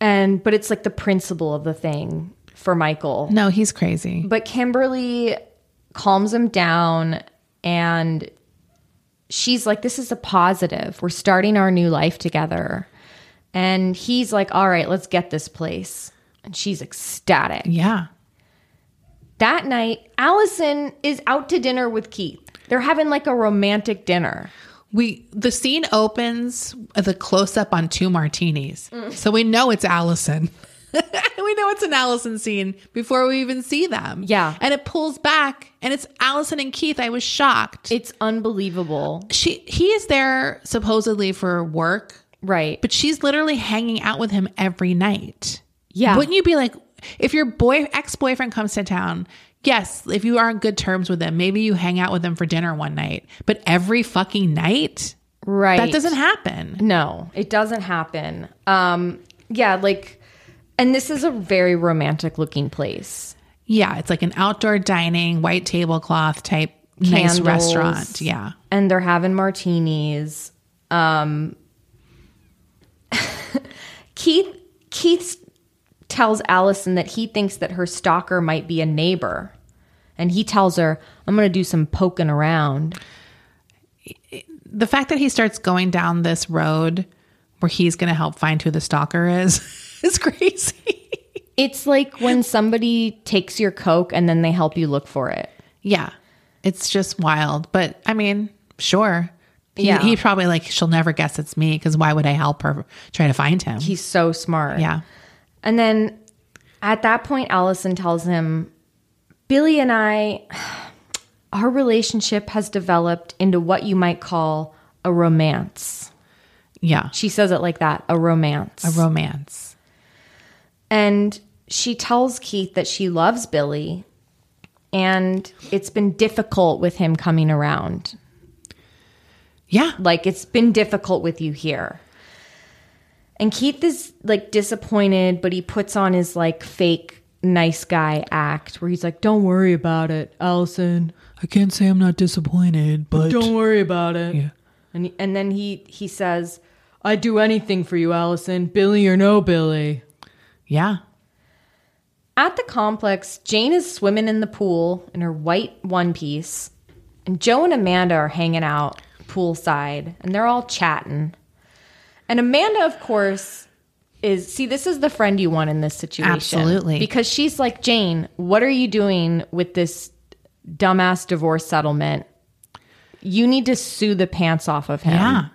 Speaker 3: And, but it's like the principle of the thing for Michael.
Speaker 4: no, he's crazy.
Speaker 3: But Kimberly calms him down and she's like, This is a positive. We're starting our new life together. And he's like, All right, let's get this place. And she's ecstatic.
Speaker 4: Yeah.
Speaker 3: That night, Allison is out to dinner with Keith. They're having like a romantic dinner.
Speaker 4: We the scene opens with a close up on two martinis. So we know it's Allison. we know it's an Allison scene before we even see them.
Speaker 3: Yeah.
Speaker 4: And it pulls back and it's Allison and Keith. I was shocked.
Speaker 3: It's unbelievable.
Speaker 4: she he is there supposedly for work,
Speaker 3: Right.
Speaker 4: but she's literally hanging out with him every night.
Speaker 3: yeah.
Speaker 4: Wouldn't you be like if your boy ex-boyfriend comes to town, yes, if you are on good terms with him, maybe you hang out with him for dinner one night, but every fucking night?
Speaker 3: right.
Speaker 4: That doesn't happen.
Speaker 3: No, it doesn't happen. Um, yeah, like, and this is a very romantic looking place.
Speaker 4: Yeah, it's like an outdoor dining, white tablecloth type nice
Speaker 3: Candles.
Speaker 4: restaurant. Yeah.
Speaker 3: and they're having martinis. Um, Keith Keith tells Allison that he thinks that her stalker might be a neighbor. And he tells her, I'm going to do some poking around.
Speaker 4: the fact that he starts going down this road where he's going to help find who the stalker is is crazy.
Speaker 3: It's like when somebody takes your Coke and then they help you look for it.
Speaker 4: yeah. It's just wild. But I mean, sure. He,
Speaker 3: Yeah.
Speaker 4: he probably like, she'll never guess it's me because why would I help her try to find him?
Speaker 3: He's so smart.
Speaker 4: yeah.
Speaker 3: And then at that point, Allison tells him, Billy and I, our relationship has developed into what you might call a romance.
Speaker 4: Yeah.
Speaker 3: She says it like that a romance.
Speaker 4: A romance.
Speaker 3: and she tells Keith that she loves Billy and it's been difficult with him coming around.
Speaker 4: Yeah.
Speaker 3: Like, it's been difficult with you here. And Keith is like disappointed, but he puts on his like fake nice guy act where he's like, don't worry about it, Allison.
Speaker 5: I can't say I'm not disappointed, but
Speaker 6: Don't worry about it.
Speaker 3: And, and then he, he says,
Speaker 6: I'd do anything for you, Allison, Billy or no Billy.
Speaker 4: Yeah.
Speaker 3: At the complex, Jane is swimming in the pool in her white one piece, and Joe and Amanda are hanging out poolside, and they're all chatting. And Amanda, of course, is see, this is the friend you want in this situation.
Speaker 4: Absolutely.
Speaker 3: Because she's like, Jane, what are you doing with this dumbass divorce settlement? You need to sue the pants off of him.
Speaker 4: Yeah.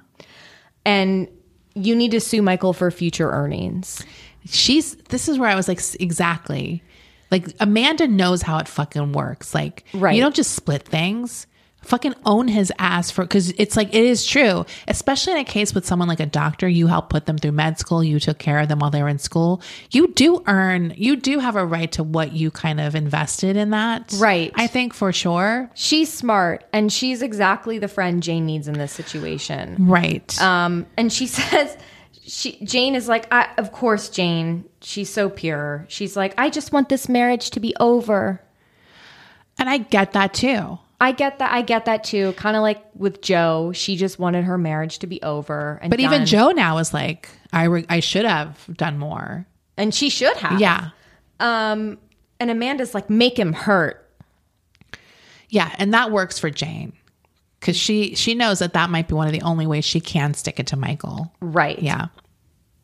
Speaker 3: And you need to sue Michael for future earnings.
Speaker 4: She's, this is where I was like, s- exactly. Like Amanda knows how it fucking works. Like,
Speaker 3: Right.
Speaker 4: you don't just split things. Fucking own his ass for, cause it's like, it is true, especially in a case with someone like a doctor, you helped put them through med school, you took care of them while they were in school. You do earn, you do have a right to what you kind of invested in that.
Speaker 3: Right.
Speaker 4: I think for sure.
Speaker 3: She's smart and she's exactly the friend Jane needs in this situation.
Speaker 4: Right.
Speaker 3: Um, and she says, she, Jane is like, I, of course, Jane. She's so pure. She's like, I just want this marriage to be over.
Speaker 4: and I get that too.
Speaker 3: I get that. I get that too. Kind of like with Joe, she just wanted her marriage to be over. And
Speaker 4: But even
Speaker 3: done.
Speaker 4: Joe now is like, I, re- I should have done more.
Speaker 3: and she should have.
Speaker 4: Yeah.
Speaker 3: Um, and Amanda's like, make him hurt.
Speaker 4: Yeah, and that works for Jane because she she knows that that might be one of the only ways she can stick it to Michael.
Speaker 3: Right.
Speaker 4: Yeah,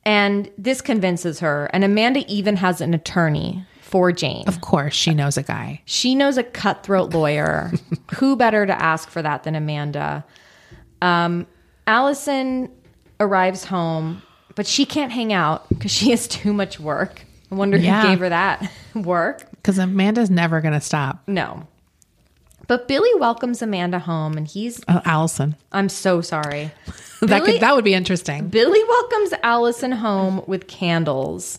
Speaker 3: And this convinces her. And Amanda even has an attorney for Jane.
Speaker 4: of course she knows a guy.
Speaker 3: She knows a cutthroat lawyer. Who better to ask for that than Amanda? Um, Allison arrives home, but she can't hang out because she has too much work. I wonder
Speaker 4: Yeah.
Speaker 3: who gave her that work.
Speaker 4: Because Amanda's never gonna stop.
Speaker 3: No. But Billy welcomes Amanda home, and he's,
Speaker 4: Oh, Allison,
Speaker 3: I'm so sorry.
Speaker 4: that
Speaker 3: Really?
Speaker 4: could that would be interesting.
Speaker 3: Billy welcomes Allison home with candles.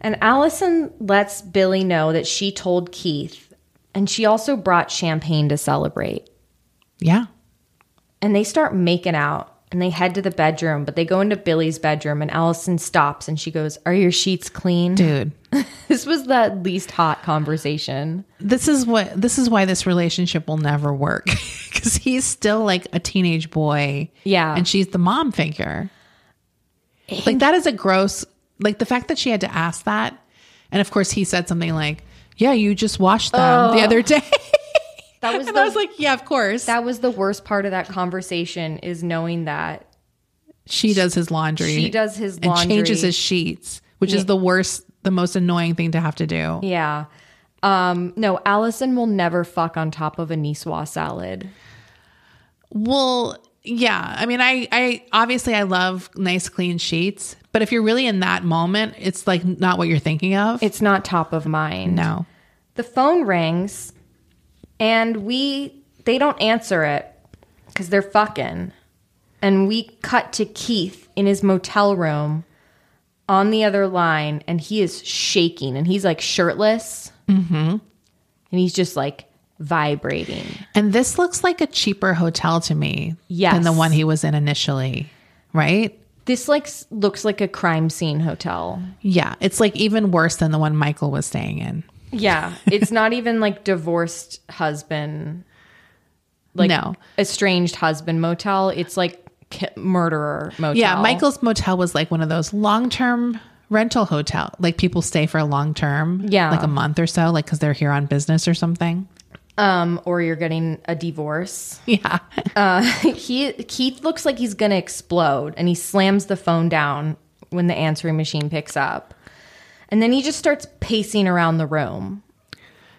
Speaker 3: And Allison lets Billy know that she told Keith, and she also brought champagne to celebrate.
Speaker 4: Yeah,
Speaker 3: and they start making out and they head to the bedroom, but they go into Billy's bedroom and Allison stops and she goes, Are your sheets clean?
Speaker 4: dude,
Speaker 3: This was the least hot conversation.
Speaker 4: this is what this is why this relationship will never work because he's still like a teenage boy.
Speaker 3: Yeah.
Speaker 4: and she's the mom figure. Like that is a gross. Like the fact that she had to ask that, and of course he said something like, "Yeah, you just washed them
Speaker 3: Oh.
Speaker 4: the other day."
Speaker 3: That was
Speaker 4: And
Speaker 3: the,
Speaker 4: I was like, yeah, of course.
Speaker 3: that was the worst part of that conversation is knowing that
Speaker 4: she does his laundry.
Speaker 3: she does his laundry.
Speaker 4: And changes his sheets, which is the worst, the most annoying thing to have to do.
Speaker 3: Yeah. Um, no, Allison will never fuck on top of a Niswa salad.
Speaker 4: Well, yeah. I mean, I, I obviously I love nice clean sheets, but if you're really in that moment, it's like not what you're thinking of.
Speaker 3: It's not top of mind.
Speaker 4: no.
Speaker 3: The phone rings and we they don't answer it cuz they're fucking. And we cut to Keith in his motel room on the other line and he is shaking and he's like shirtless. Mhm. And he's just like vibrating.
Speaker 4: And this looks like a cheaper hotel to me
Speaker 3: Yes.
Speaker 4: than the one he was in initially, right?
Speaker 3: This like s- looks like a crime scene hotel.
Speaker 4: Yeah. It's like even worse than the one Michael was staying in.
Speaker 3: Yeah, it's not even like divorced husband like
Speaker 4: No.
Speaker 3: estranged husband motel. It's like ki- murderer motel.
Speaker 4: Yeah, Michael's motel was like one of those long term rental hotel. Like people stay for a long term,
Speaker 3: Yeah.
Speaker 4: like a month or so, like because they're here on business or something.
Speaker 3: um, or you're getting a divorce. Yeah. Uh, he Keith looks like he's gonna explode, and he slams the phone down when the answering machine picks up, and then he just starts pacing around the room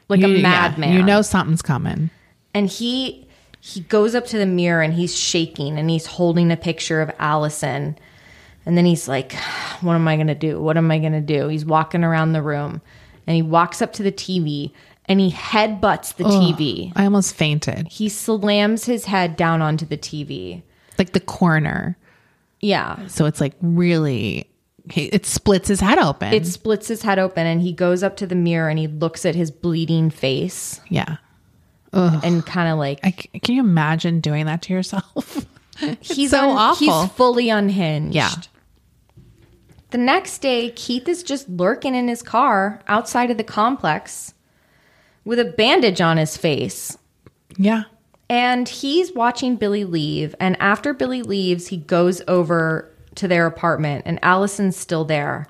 Speaker 3: like
Speaker 4: You-
Speaker 3: a
Speaker 4: yeah,
Speaker 3: madman.
Speaker 4: You know something's coming.
Speaker 3: and he he goes up to the mirror and he's shaking and he's holding a picture of Allison. And then he's like, What am I going to do? What am I going to do? He's walking around the room and he walks up to the TV and he headbutts the TV.
Speaker 4: I almost fainted.
Speaker 3: He slams his head down onto the TV.
Speaker 4: Like the corner.
Speaker 3: Yeah.
Speaker 4: So it's like really, he- it splits his head open.
Speaker 3: It splits his head open and he goes up to the mirror and he looks at his bleeding face
Speaker 4: yeah.
Speaker 3: and kind of like,
Speaker 4: I c can you imagine doing that to yourself?
Speaker 3: he's
Speaker 4: so awful.
Speaker 3: He's fully unhinged.
Speaker 4: Yeah.
Speaker 3: The next day, Keith is just lurking in his car outside of the complex with a bandage on his face.
Speaker 4: yeah.
Speaker 3: And he's watching Billy leave. And after Billy leaves, he goes over to their apartment, and Allison's still there.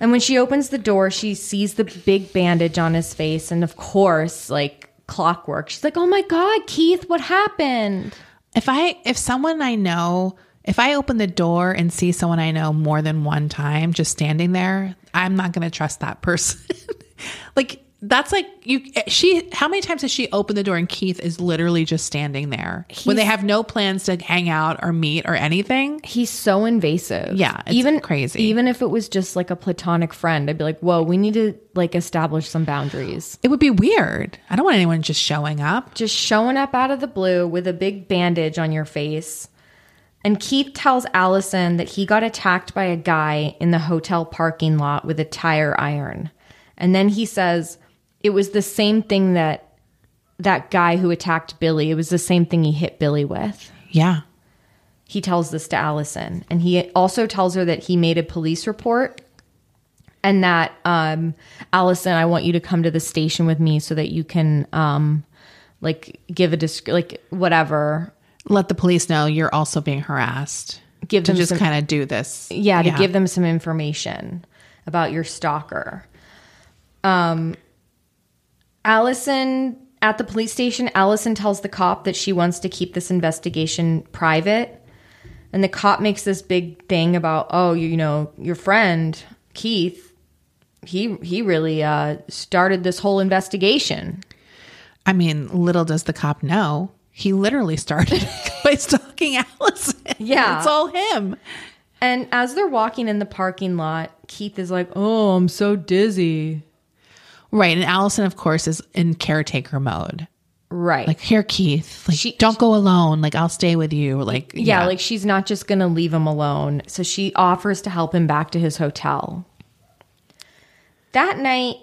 Speaker 3: And when she opens the door, she sees the big bandage on his face. And of course, like clockwork, she's like, Oh my God, Keith, what happened?
Speaker 4: If I, if someone I know, if I open the door and see someone I know more than one time just standing there, I'm not going to trust that person. like, that's like you. She, how many times has she opened the door and Keith is literally just standing there when they have no plans to hang out or meet or anything?
Speaker 3: He's so invasive.
Speaker 4: Yeah, it's
Speaker 3: even
Speaker 4: crazy.
Speaker 3: Even if it was just like a platonic friend, I'd be like, "Whoa, we need to like establish some boundaries."
Speaker 4: It would be weird. I don't want anyone just showing up.
Speaker 3: Just showing up out of the blue with a big bandage on your face. And Keith tells Allison that he got attacked by a guy in the hotel parking lot with a tire iron. And then he says it was the same thing that that guy who attacked Billy, it was the same thing he hit Billy with.
Speaker 4: Yeah.
Speaker 3: he tells this to Allison, and he also tells her that he made a police report, and that um, Allison, I want you to come to the station with me so that you can um, like give a disc- like whatever,
Speaker 4: Let the police know you're also being harassed.
Speaker 3: give
Speaker 4: to
Speaker 3: them
Speaker 4: just
Speaker 3: some,
Speaker 4: kind of do this.
Speaker 3: yeah, to give them some information about your stalker. Um, Allison at the police station, Allison tells the cop that she wants to keep this investigation private. And the cop makes this big thing about, oh, you, you know, your friend Keith, he he really uh, started this whole investigation.
Speaker 4: I mean, little does the cop know, he literally started by stalking Allison.
Speaker 3: Yeah.
Speaker 4: It's all him.
Speaker 3: And as they're walking in the parking lot, Keith is like,
Speaker 6: Oh,
Speaker 3: oh,
Speaker 6: I'm so dizzy.
Speaker 4: Right. And Allison, of course, is in caretaker mode.
Speaker 3: right,
Speaker 4: Like, here, Keith, like, don't go alone. Like, I'll stay with you. Like,
Speaker 3: yeah, like she's not just going to leave him alone. So she offers to help him back to his hotel. That night,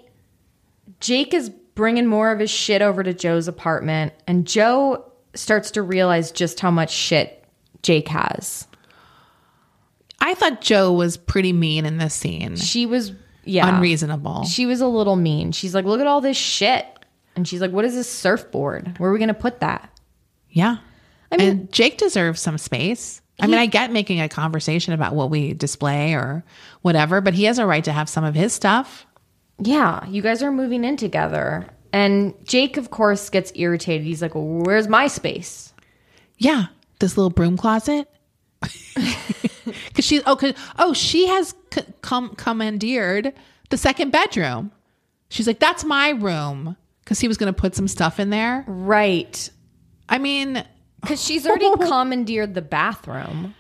Speaker 3: Jake is bringing more of his shit over to Joe's apartment, and Joe starts to realize just how much shit Jake has.
Speaker 4: I thought Joe was pretty mean in this scene.
Speaker 3: She was, yeah,
Speaker 4: Unreasonable.
Speaker 3: She was a little mean. She's like, "Look at all this shit," and she's like, "What is this surfboard? Where are we going to put that?"
Speaker 4: yeah. I mean, and Jake deserves some space. I mean, I get making a conversation about what we display or whatever, but he has a right to have some of his stuff.
Speaker 3: Yeah, you guys are moving in together. And Jake, of course, gets irritated. He's like, well, "Where's my space?"
Speaker 4: Yeah, this little broom closet. Because she, oh, 'cause- oh, she has c- com- commandeered the second bedroom. She's like, that's my room. Because he was going to put some stuff in there.
Speaker 3: Right.
Speaker 4: I mean,
Speaker 3: Because she's already commandeered the bathroom.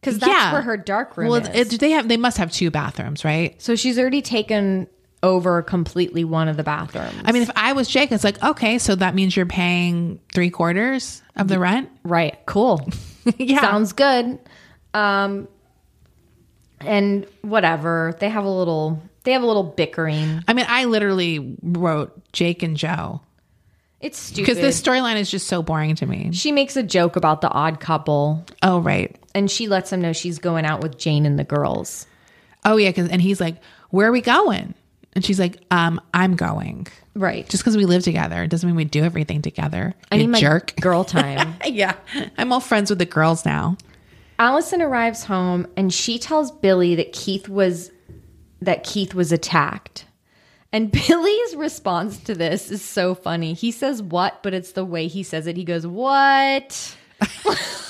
Speaker 3: Because that's
Speaker 4: yeah,
Speaker 3: where her dark room
Speaker 4: Well,
Speaker 3: is.
Speaker 4: it- they have, they must have two bathrooms, right?
Speaker 3: so she's already taken over completely one of the bathrooms.
Speaker 4: I mean, if I was Jake, it's like, okay, so that means you're paying three quarters of the rent.
Speaker 3: right. Cool.
Speaker 4: yeah,
Speaker 3: Sounds good. Um, and whatever. They have a little. They have a little bickering.
Speaker 4: I mean, I literally wrote Jake and Joe
Speaker 3: It's
Speaker 4: because
Speaker 3: stupid.
Speaker 4: this storyline is just so boring to me.
Speaker 3: she makes a joke about the odd couple,
Speaker 4: Oh, right.
Speaker 3: and she lets him know she's going out with Jane and the girls.
Speaker 4: Oh yeah, 'cause- and he's like, "Where are we going?" And she's like, "Um, I'm going."
Speaker 3: Right.
Speaker 4: Just because we live together doesn't mean we do everything together.
Speaker 3: I
Speaker 4: You
Speaker 3: need my
Speaker 4: jerk.
Speaker 3: girl time.
Speaker 4: yeah, I'm all friends with the girls now.
Speaker 3: Allison arrives home and she tells Billy that Keith was that Keith was attacked. And Billy's response to this is so funny. He says what, but it's the way he says it. He goes, "What?"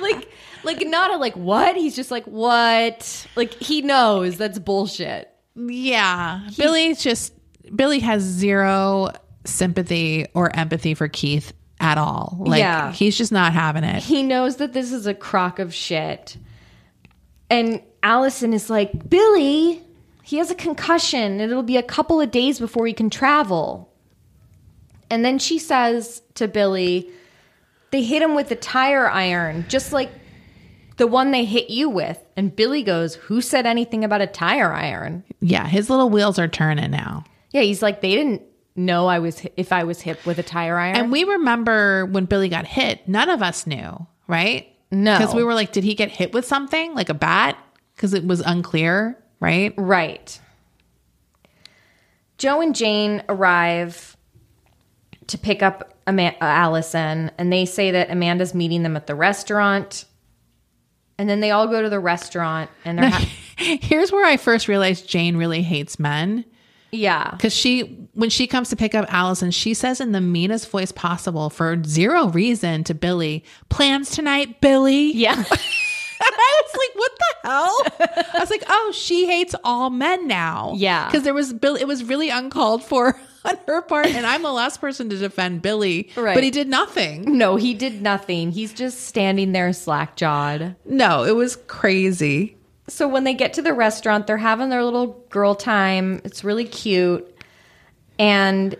Speaker 3: like like not a like what? He's just like, "What?" Like he knows that's bullshit.
Speaker 4: Yeah. Billy just Billy has zero sympathy or empathy for Keith at all. Like
Speaker 3: Yeah.
Speaker 4: he's just not having it.
Speaker 3: He knows that this is a crock of shit. And Allison is like, Billy, he has a concussion. It'll be a couple of days before he can travel. And then she says to Billy, they hit him with a tire iron, just like the one they hit you with. And Billy goes, Who said anything about a tire iron?
Speaker 4: Yeah, his little wheels are turning now.
Speaker 3: Yeah, he's like, They didn't know I was if I was hit with a tire iron.
Speaker 4: And we remember when Billy got hit, none of us knew, right?
Speaker 3: No.
Speaker 4: Because we were like, did he get hit with something like a bat? Because it was unclear, right?
Speaker 3: Right. Joe and Jane arrive to pick up Ama- Allison, and they say that Amanda's meeting them at the restaurant. And then they all go to the restaurant, and they're ha-
Speaker 4: Here's where I first realized Jane really hates men.
Speaker 3: yeah,
Speaker 4: Because she, when she comes to pick up Allison, she says in the meanest voice possible for zero reason to Billy, plans tonight, Billy.
Speaker 3: yeah,
Speaker 4: And I was like, what the hell? I was like, oh, she hates all men now.
Speaker 3: Yeah.
Speaker 4: Because there was Bill, it was really uncalled for on her part. And I'm the last person to defend Billy.
Speaker 3: Right.
Speaker 4: But he did nothing.
Speaker 3: no, he did nothing. He's just standing there slack jawed.
Speaker 4: No, it was crazy.
Speaker 3: So when they get to the restaurant, they're having their little girl time. It's really cute. And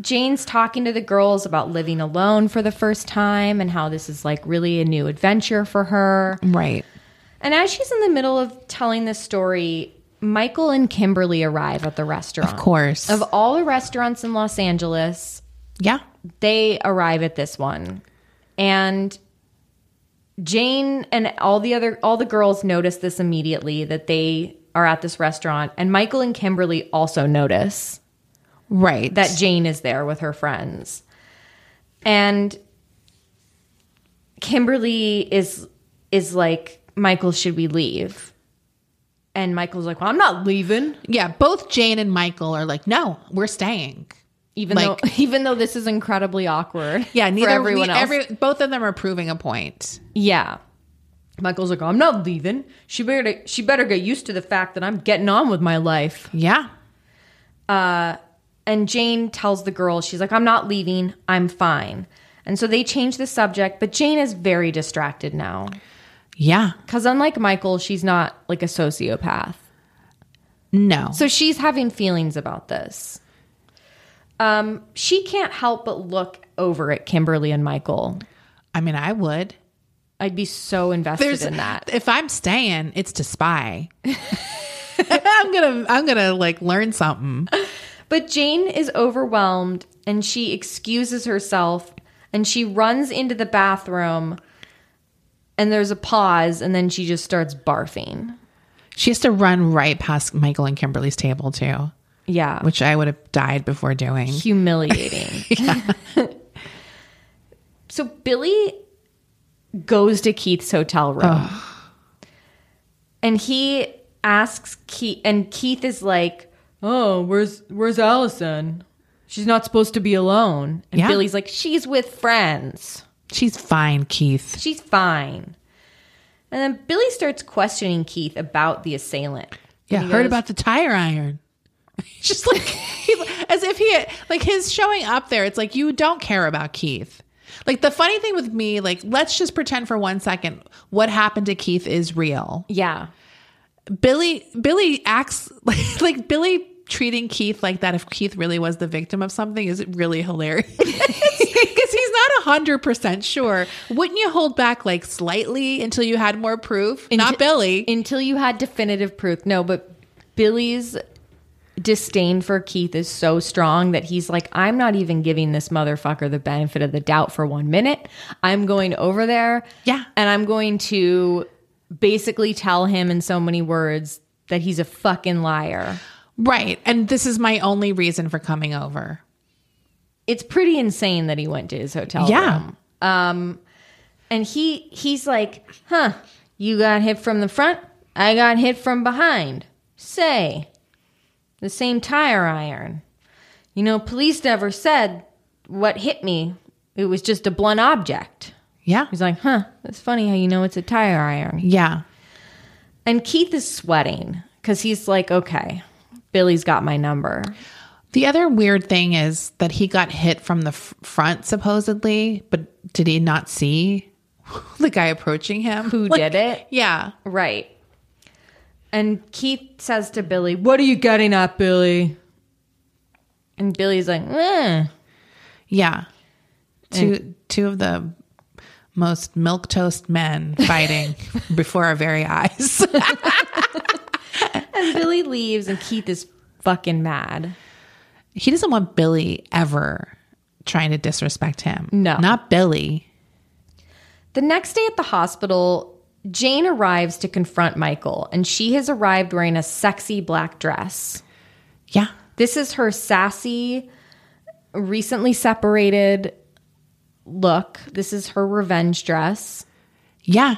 Speaker 3: Jane's talking to the girls about living alone for the first time and how this is like really a new adventure for her.
Speaker 4: Right.
Speaker 3: And as she's in the middle of telling this story, Michael and Kimberly arrive at the restaurant.
Speaker 4: Of course.
Speaker 3: Of all the restaurants in Los Angeles,
Speaker 4: yeah.
Speaker 3: they arrive at this one and jane and all the other all the girls notice this immediately that they are at this restaurant and michael and kimberly also notice
Speaker 4: Right.
Speaker 3: that jane is there with her friends and kimberly is is like michael should we leave and michael's like well i'm not leaving
Speaker 4: yeah. Both Jane and Michael are like, no, we're staying.
Speaker 3: even
Speaker 4: Like-
Speaker 3: though even though this is incredibly awkward
Speaker 4: Yeah. Neither
Speaker 3: for everyone
Speaker 4: ne-
Speaker 3: else
Speaker 4: every- both of them are proving a point.
Speaker 3: Yeah. Michael's like, I'm not leaving. She better she better get used to the fact that I'm getting on with my life.
Speaker 4: Yeah.
Speaker 3: And Jane tells the girl, she's like, I'm not leaving. I'm fine. And so they change the subject, but Jane is very distracted now.
Speaker 4: Yeah.
Speaker 3: Cause unlike Michael, she's not like a sociopath.
Speaker 4: No.
Speaker 3: So she's having feelings about this. Um, she can't help but look over at Kimberly and Michael.
Speaker 4: I mean, I would.
Speaker 3: I'd be so invested in that.
Speaker 4: If I'm staying, it's to spy. I'm gonna I'm gonna like learn something.
Speaker 3: But Jane is overwhelmed and she excuses herself and she runs into the bathroom and there's a pause and then she just starts barfing.
Speaker 4: She has to run right past Michael and Kimberly's table too,
Speaker 3: Yeah.
Speaker 4: which I would have died before doing.
Speaker 3: humiliating. so Billy goes to Keith's hotel room. And he asks Keith and Keith is like,
Speaker 6: Oh, where's where's Allison? She's not supposed to be alone.
Speaker 3: and
Speaker 4: Yeah.
Speaker 3: Billy's like, she's with friends.
Speaker 4: She's fine, Keith.
Speaker 3: She's fine. And then Billy starts questioning Keith about the assailant.
Speaker 4: Yeah, heard about the tire iron. Just like he, as if he like his showing up there. It's like you don't care about Keith. Like the funny thing with me, like let's just pretend for one second what happened to Keith is real.
Speaker 3: Yeah.
Speaker 4: Billy Billy acts like, like Billy treating Keith like that if Keith really was the victim of something is really hilarious. Because he's not 100% sure. Wouldn't you hold back like slightly until you had more proof? not Billy.
Speaker 3: Until you had definitive proof. No, but Billy's disdain for Keith is so strong that he's like, I'm not even giving this motherfucker the benefit of the doubt for one minute. I'm going over there.
Speaker 4: Yeah.
Speaker 3: And I'm going to basically tell him in so many words that he's a fucking liar.
Speaker 4: right. And this is my only reason for coming over.
Speaker 3: It's pretty insane that he went to his hotel
Speaker 4: Yeah.
Speaker 3: room. Um, and he he's like, "Huh, you got hit from the front, I got hit from behind. Say, the same tire iron. You know, police never said what hit me. It was just a blunt object.
Speaker 4: Yeah.
Speaker 3: He's like, huh, that's funny how you know it's a tire iron.
Speaker 4: Yeah.
Speaker 3: And Keith is sweating because he's like, okay, Billy's got my number.
Speaker 4: The other weird thing is that he got hit from the f- front, supposedly, but did he not see the guy approaching him?
Speaker 3: Who
Speaker 4: Like,
Speaker 3: did it?
Speaker 4: Yeah.
Speaker 3: Right. And Keith says to Billy, what?
Speaker 6: What are you getting at, Billy?
Speaker 3: And Billy's like, eh.
Speaker 4: Yeah. Two two of the most milk toast men fighting before our very eyes.
Speaker 3: And Billy leaves, and Keith is fucking mad.
Speaker 4: he doesn't want Billy ever trying to disrespect him.
Speaker 3: No.
Speaker 4: Not Billy.
Speaker 3: The next day at the hospital, Jane arrives to confront Michael, and she has arrived wearing a sexy black dress.
Speaker 4: Yeah.
Speaker 3: This is her sassy, recently separated look. This is her revenge dress.
Speaker 4: Yeah.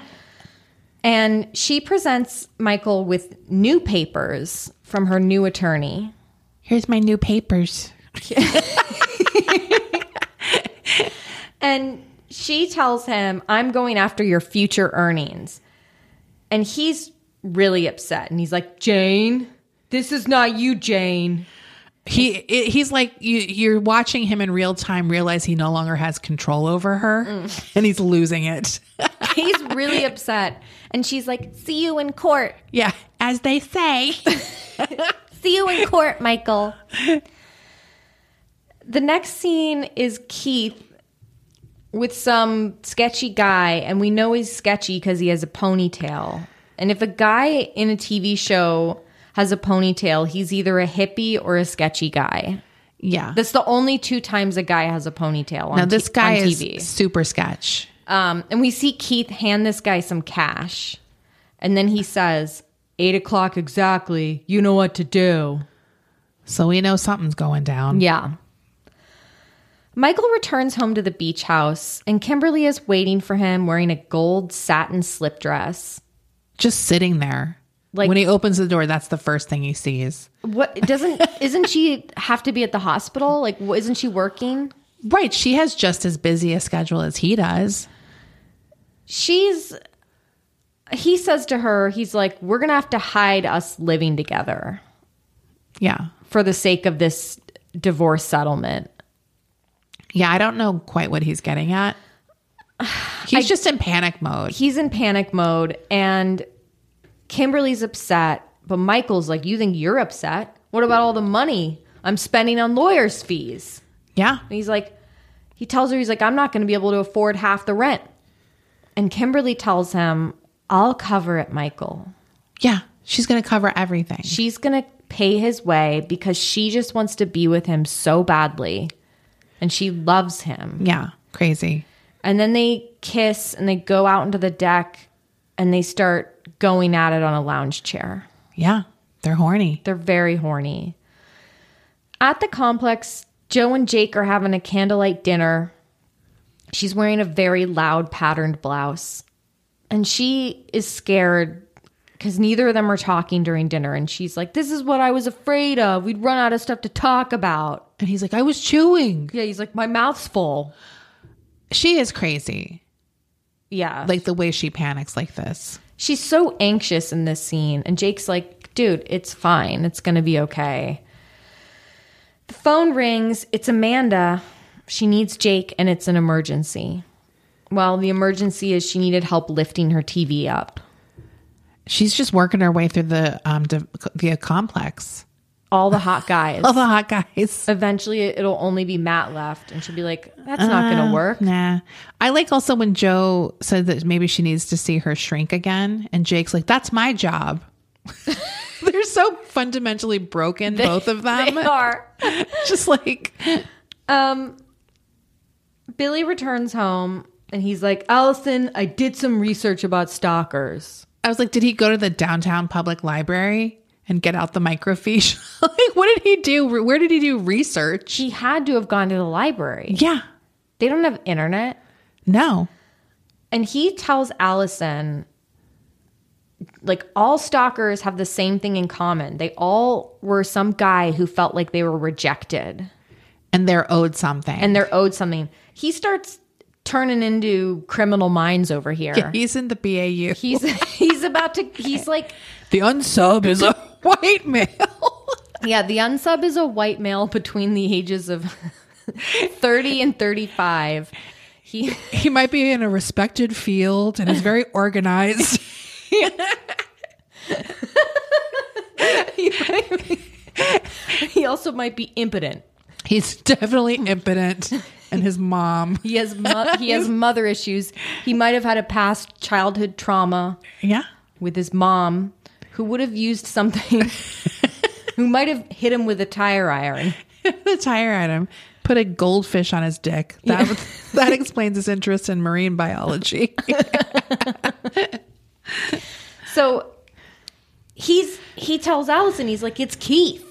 Speaker 3: And she presents Michael with new papers from her new attorney.
Speaker 4: Here's my new papers.
Speaker 3: And she tells him, I'm going after your future earnings. And he's really upset. And he's like,
Speaker 6: Jane? This is not you, Jane.
Speaker 4: He it, he's like you, you're watching him in real time realize he no longer has control over her and he's losing it.
Speaker 3: He's really upset. And she's like, See you in court.
Speaker 4: Yeah, as they say.
Speaker 3: See you in court, Michael. The next scene is Keith with some sketchy guy. And we know he's sketchy because he has a ponytail. And if a guy in a TV show has a ponytail, he's either a hippie or a sketchy guy.
Speaker 4: yeah.
Speaker 3: That's the only two times a guy has a ponytail on,
Speaker 4: now this
Speaker 3: t-
Speaker 4: guy
Speaker 3: on
Speaker 4: is
Speaker 3: TV.
Speaker 4: super sketch.
Speaker 3: Um, and we see Keith hand this guy some cash. And then he says,
Speaker 6: Eight o'clock exactly. You know what to do.
Speaker 4: So we know something's going down.
Speaker 3: Yeah. Michael returns home to the beach house, and Kimberly is waiting for him wearing a gold satin slip dress.
Speaker 4: Just sitting there.
Speaker 3: Like-
Speaker 4: Like when he opens the door, that's the first thing he sees.
Speaker 3: What doesn't isn't she have to be at the hospital? Like, wh- isn't she working?
Speaker 4: Right. She has just as busy a schedule as he does.
Speaker 3: She's. He says to her, he's like, "We're gonna have to hide us living together."
Speaker 4: Yeah.
Speaker 3: for the sake of this divorce settlement.
Speaker 4: Yeah. I don't know quite what he's getting at. He's just in panic mode.
Speaker 3: He's in panic mode and Kimberly's upset, but Michael's like, You think you're upset? What about all the money I'm spending on lawyers' fees?
Speaker 4: Yeah.
Speaker 3: And he's like, He tells her, He's like, I'm not going to be able to afford half the rent. And Kimberly tells him, I'll cover it, Michael.
Speaker 4: Yeah. She's going to cover everything.
Speaker 3: She's going to pay his way because she just wants to be with him so badly and she loves him.
Speaker 4: yeah. Crazy.
Speaker 3: And then they kiss and they go out into the deck and they start going at it on a lounge chair.
Speaker 4: Yeah. They're horny.
Speaker 3: They're very horny. At the complex, Joe and Jake are having a candlelight dinner. She's wearing a very loud patterned blouse and she is scared because neither of them are talking during dinner. And she's like, This is what I was afraid of. We'd run out of stuff to talk about.
Speaker 4: And he's like, I was chewing.
Speaker 3: Yeah, he's like, My mouth's full.
Speaker 4: She is crazy.
Speaker 3: Yeah.
Speaker 4: Like the way she panics like this.
Speaker 3: she's so anxious in this scene and jake's like dude it's fine it's gonna be okay the phone rings it's amanda she needs jake and it's an emergency well the emergency is she needed help lifting her tv up
Speaker 4: She's just working her way through the um div- the complex.
Speaker 3: all the hot guys
Speaker 4: All the hot guys.
Speaker 3: eventually it'll only be matt left and she'll be like that's not gonna work
Speaker 4: Uh, Nah. I like also when Joe said that maybe she needs to see her shrink again. And Jake's like, that's my job. They're so fundamentally broken, both of them.
Speaker 3: they are
Speaker 4: Just like,
Speaker 3: billy returns home and he's like
Speaker 6: Allison, I did some research about stalkers.
Speaker 4: I was like, did he go to the downtown public library and get out the microfiche? like, what did he do? Where did he do research?
Speaker 3: she had to have gone to the library
Speaker 4: Yeah.
Speaker 3: they don't have internet
Speaker 4: No.
Speaker 3: And he tells Allison like all stalkers have the same thing in common. They all were some guy who felt like they were rejected
Speaker 4: and they're owed something.
Speaker 3: and they're owed something. He starts turning into criminal minds over here.
Speaker 4: he's in the BAU.
Speaker 3: He's he's about to he's like
Speaker 4: the unsub is a white male.
Speaker 3: yeah, the unsub is a white male between the ages of 30 and 35. He
Speaker 4: he might be in a respected field and is very organized.
Speaker 3: he also might be impotent.
Speaker 4: He's definitely impotent, and his mom.
Speaker 3: He has mo- he has mother issues. He might have had a past childhood trauma
Speaker 4: Yeah.
Speaker 3: with his mom who would have used something who might have hit him with a tire iron.
Speaker 4: the tire item put a goldfish on his dick. That that explains his interest in marine biology.
Speaker 3: So he's he tells Allison he's like it's Keith.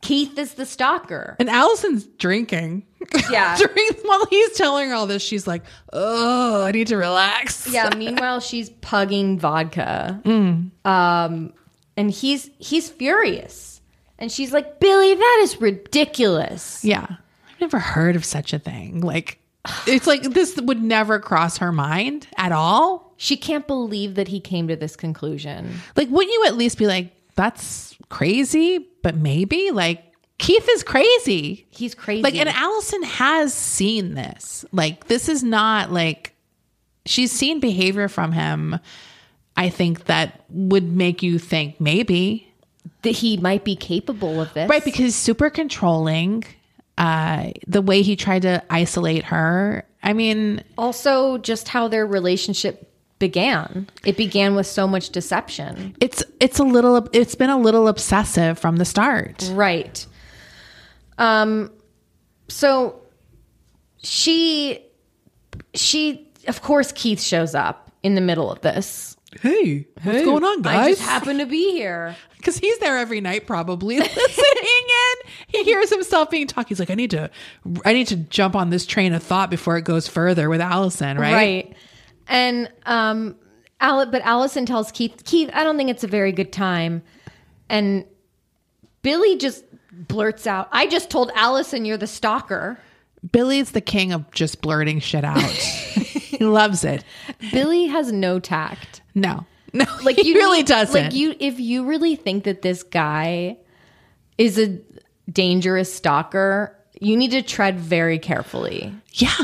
Speaker 3: Keith is the stalker.
Speaker 4: and Allison's drinking.
Speaker 3: Yeah.
Speaker 4: During, while he's telling her all this, she's like, "Oh, I need to relax."
Speaker 3: Yeah. Meanwhile, she's pugging vodka, um, and he's he's furious, and she's like, "Billy, that is ridiculous."
Speaker 4: Yeah. I've never heard of such a thing. Like it's like this would never cross her mind at all.
Speaker 3: She can't believe that he came to this conclusion.
Speaker 4: Like wouldn't you at least be like, "That's crazy," but maybe like Keith is crazy.
Speaker 3: He's crazy.
Speaker 4: Like, and Allison has seen this. Like, this is not like she's seen behavior from him. I think that would make you think maybe
Speaker 3: that he might be capable of this,
Speaker 4: right because he's super controlling. Uh, the way he tried to isolate her. I mean,
Speaker 3: also just how their relationship began. It began with so much deception.
Speaker 4: it's it's a little. It's been a little obsessive from the start.
Speaker 3: Right. Um so she she of course Keith shows up in the middle of this.
Speaker 5: Hey, what's going on,
Speaker 3: I
Speaker 5: guys?
Speaker 3: just happen to be here.
Speaker 4: Because he's there every night, probably listening in. He hears himself being talked. He's like, I need to, I need to jump on this train of thought before it goes further with Allison, right?
Speaker 3: And um Ale- but Allison tells Keith, Keith, I don't think it's a very good time. And Billy just blurts out, I just told Allison you're the stalker.
Speaker 4: Billy's the king of just blurting shit out. he loves it.
Speaker 3: Billy has no tact.
Speaker 4: No, no,
Speaker 3: like
Speaker 4: he
Speaker 3: you
Speaker 4: really
Speaker 3: need-
Speaker 4: doesn't.
Speaker 3: like you if you really think that this guy is a dangerous stalker you need to tread very carefully
Speaker 4: yeah,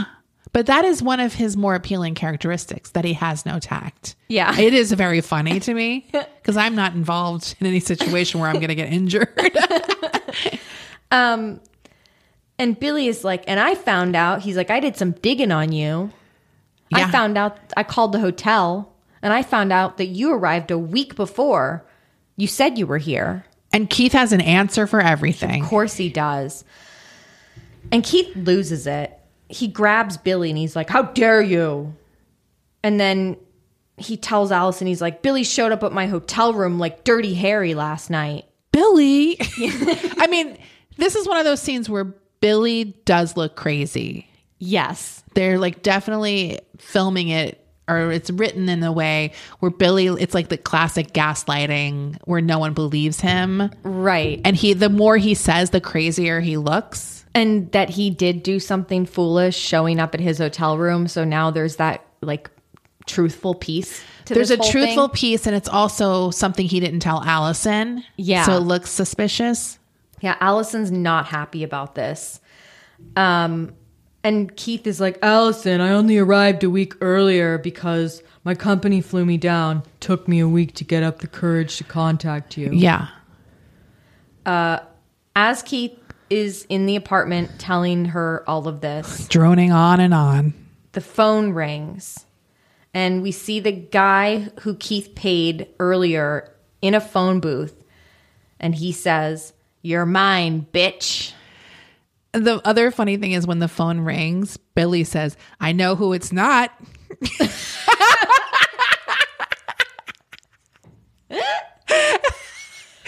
Speaker 4: but that is one of his more appealing characteristics that he has no tact.
Speaker 3: Yeah.
Speaker 4: it is very funny to me because I'm not involved in any situation where I'm going to get injured.
Speaker 3: and billy is like and i found out he's like i did some digging on you i
Speaker 4: Yeah.
Speaker 3: found out i called the hotel and i found out that you arrived a week before you said you were here
Speaker 4: and Keith has an answer for everything.
Speaker 3: Of course he does. And Keith loses it. He grabs Billy and he's like, How dare you? And then he tells Allison, he's like, Billy showed up at my hotel room like Dirty Harry last night.
Speaker 4: Billy. I mean, this is one of those scenes where Billy does look crazy.
Speaker 3: Yes.
Speaker 4: they're like definitely filming it or it's written in a way where Billy it's like the classic gaslighting where no one believes him
Speaker 3: Right.
Speaker 4: and he the more he says the crazier he looks
Speaker 3: And that he did do something foolish showing up at his hotel room. So now there's that like truthful piece to
Speaker 4: there's a
Speaker 3: this whole thing.
Speaker 4: truthful piece and it's also something he didn't tell Allison
Speaker 3: Yeah.
Speaker 4: so it looks suspicious
Speaker 3: Yeah, Allison's not happy about this. Um, and Keith is like,
Speaker 6: Allison, I only arrived a week earlier because my company flew me down. Took me a week to get up the courage to contact you.
Speaker 4: yeah
Speaker 3: as Keith is in the apartment telling her all of this,
Speaker 4: droning on and on
Speaker 3: the phone rings. And we see the guy who Keith paid earlier in a phone booth. And he says, You're mine, bitch.
Speaker 4: the other funny thing is when the phone rings Billy says I know who it's not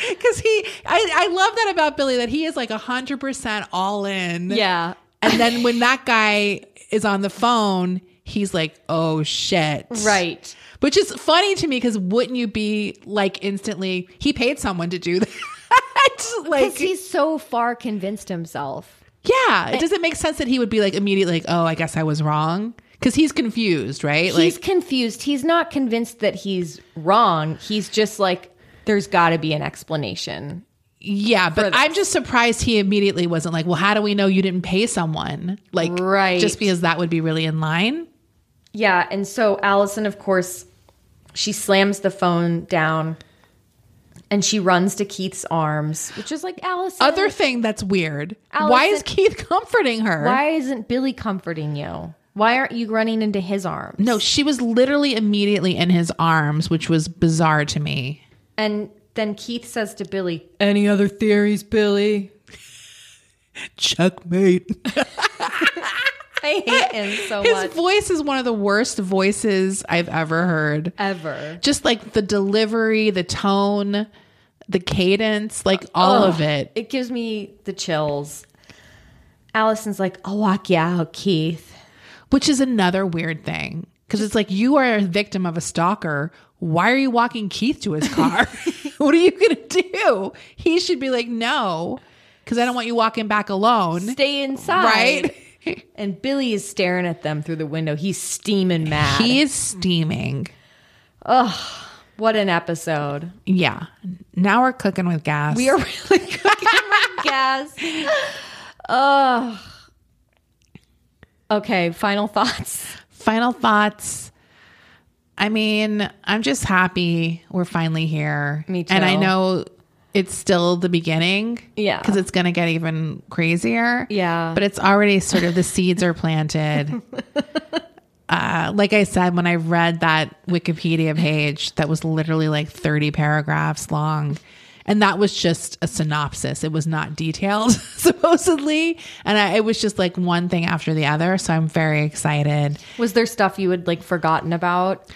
Speaker 4: Because he, I, I love that about Billy that he is like 100% all in.
Speaker 3: Yeah.
Speaker 4: And then when that guy is on the phone, he's like, oh shit.
Speaker 3: Right.
Speaker 4: Which is funny to me because wouldn't you be like instantly, he paid someone to do that?
Speaker 3: Because he's so far convinced himself.
Speaker 4: Yeah.
Speaker 3: Eh.
Speaker 4: It doesn't make sense that he would be like immediately like, oh, I guess I was wrong. Because he's confused, right?
Speaker 3: He's
Speaker 4: like,
Speaker 3: confused. He's not convinced that he's wrong. He's just like, there's got to be an explanation.
Speaker 4: yeah, but I'm just surprised he immediately wasn't like, well, how do we know you didn't pay someone? Like,
Speaker 3: Right.
Speaker 4: just because that would be really in line.
Speaker 3: Yeah. And so Allison, of course, she slams the phone down and she runs to Keith's arms, which is like, Allison.
Speaker 4: Other thing that's weird. why is
Speaker 3: Allison-
Speaker 4: Keith comforting her?
Speaker 3: Why isn't Billy comforting you? Why aren't you running into his arms?
Speaker 4: No, she was literally immediately in his arms, which was bizarre to me.
Speaker 3: And then Keith says to Billy,
Speaker 6: Any other theories, Billy?
Speaker 5: Checkmate.
Speaker 3: I hate him so
Speaker 4: His
Speaker 3: much.
Speaker 4: voice is one of the worst voices I've ever heard.
Speaker 3: Ever.
Speaker 4: Just like the delivery, the tone, the cadence, like all of it.
Speaker 3: It gives me the chills. Allison's like, I'll walk you out, Keith.
Speaker 4: Which is another weird thing. Because it's like you are a victim of a stalker. Why are you walking Keith to his car? what are you gonna do? He should be like, no, because I don't want you walking back alone.
Speaker 3: Stay inside.
Speaker 4: Right?
Speaker 3: And Billy is staring at them through the window. He's steaming mad.
Speaker 4: He is steaming.
Speaker 3: what an episode.
Speaker 4: Yeah. Now we're cooking with gas.
Speaker 3: We are really cooking with gas. Ugh. Okay, final thoughts.
Speaker 4: Final thoughts. I mean, I'm just happy we're finally here.
Speaker 3: Me
Speaker 4: And I
Speaker 3: too.
Speaker 4: know it's still the beginning.
Speaker 3: Yeah.
Speaker 4: Because it's going to get even crazier.
Speaker 3: Yeah.
Speaker 4: But it's already sort of the seeds are planted. Uh, like I said, when I read that Wikipedia page that was literally like 30 paragraphs long, and that was just a synopsis, it was not detailed, supposedly. And I, it was just like one thing after the other. So I'm very excited.
Speaker 3: Was there stuff you had like forgotten about?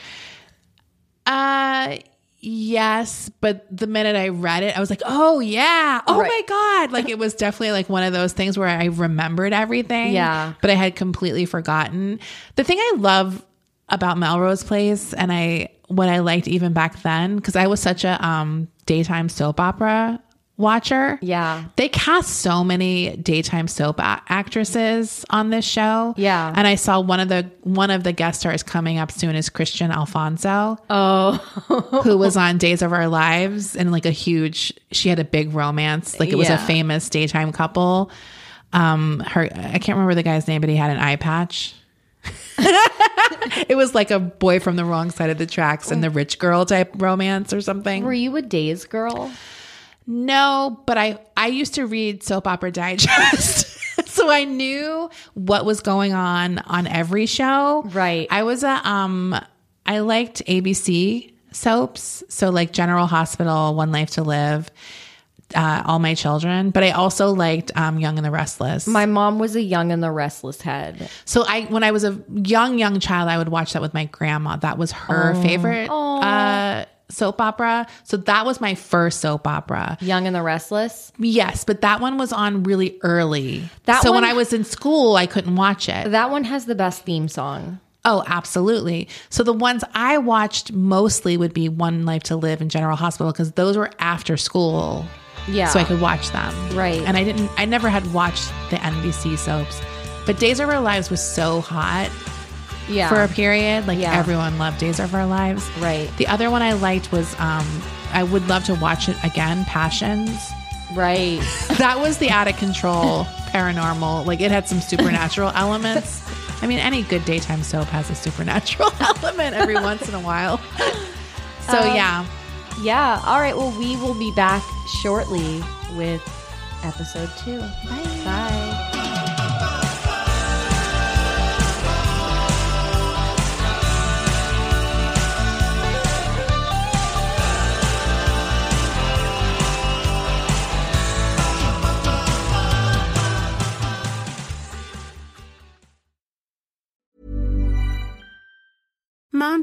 Speaker 4: Uh yes, but the minute I read it, I was like, "Oh yeah. Oh
Speaker 3: Right.
Speaker 4: my god." Like it was definitely like one of those things where I remembered everything,
Speaker 3: Yeah.
Speaker 4: but I had completely forgotten. The thing I love about Melrose Place and I what I liked even back then cuz I was such a um daytime soap opera watcher.
Speaker 3: Yeah.
Speaker 4: They cast so many daytime soap a- actresses on this show.
Speaker 3: Yeah.
Speaker 4: And I saw one of the one of the guest stars coming up soon is Christian Alfonso
Speaker 3: Oh.
Speaker 4: who was on Days of Our Lives and like a huge she had a big romance. Like it was a
Speaker 3: Yeah.
Speaker 4: famous daytime couple. Um her I can't remember the guy's name, but he had an eye patch. it was like a boy from the wrong side of the tracks and the rich girl type romance or something.
Speaker 3: Were you a days girl?
Speaker 4: No, but I I used to read soap opera digest. so I knew what was going on on every show.
Speaker 3: Right.
Speaker 4: I was a um I liked ABC soaps, so like General Hospital, One Life to Live, uh, All My Children, but I also liked um Young and the Restless.
Speaker 3: My mom was a young and the restless head.
Speaker 4: So I, when I was a young, young child, I would watch that with my grandma. That was her
Speaker 3: Oh.
Speaker 4: favorite uh, soap opera. So that was my first soap opera.
Speaker 3: Young and the restless.
Speaker 4: Yes, but that one was on really early.
Speaker 3: That
Speaker 4: so when
Speaker 3: one-
Speaker 4: I was in school, I couldn't watch it.
Speaker 3: That one has the best theme song.
Speaker 4: oh, absolutely. So the ones I watched mostly would be One Life to Live and General Hospital because those were after school,
Speaker 3: Yeah.
Speaker 4: so I could watch them.
Speaker 3: Right.
Speaker 4: And I didn't. I never had watched the NBC soaps, but Days of Our Lives was so hot
Speaker 3: yeah.
Speaker 4: for a period. Like
Speaker 3: Yeah.
Speaker 4: everyone loved Days of Our Lives.
Speaker 3: Right.
Speaker 4: The other one I liked was um, I would love to watch it again. Passions.
Speaker 3: right.
Speaker 4: that was the out of control paranormal. Like it had some supernatural elements. I mean, any good daytime soap has a supernatural element every once in a while. So yeah,
Speaker 3: yeah. All right. Well, we will be back shortly with episode two. Bye. Bye.
Speaker 7: Mom Mom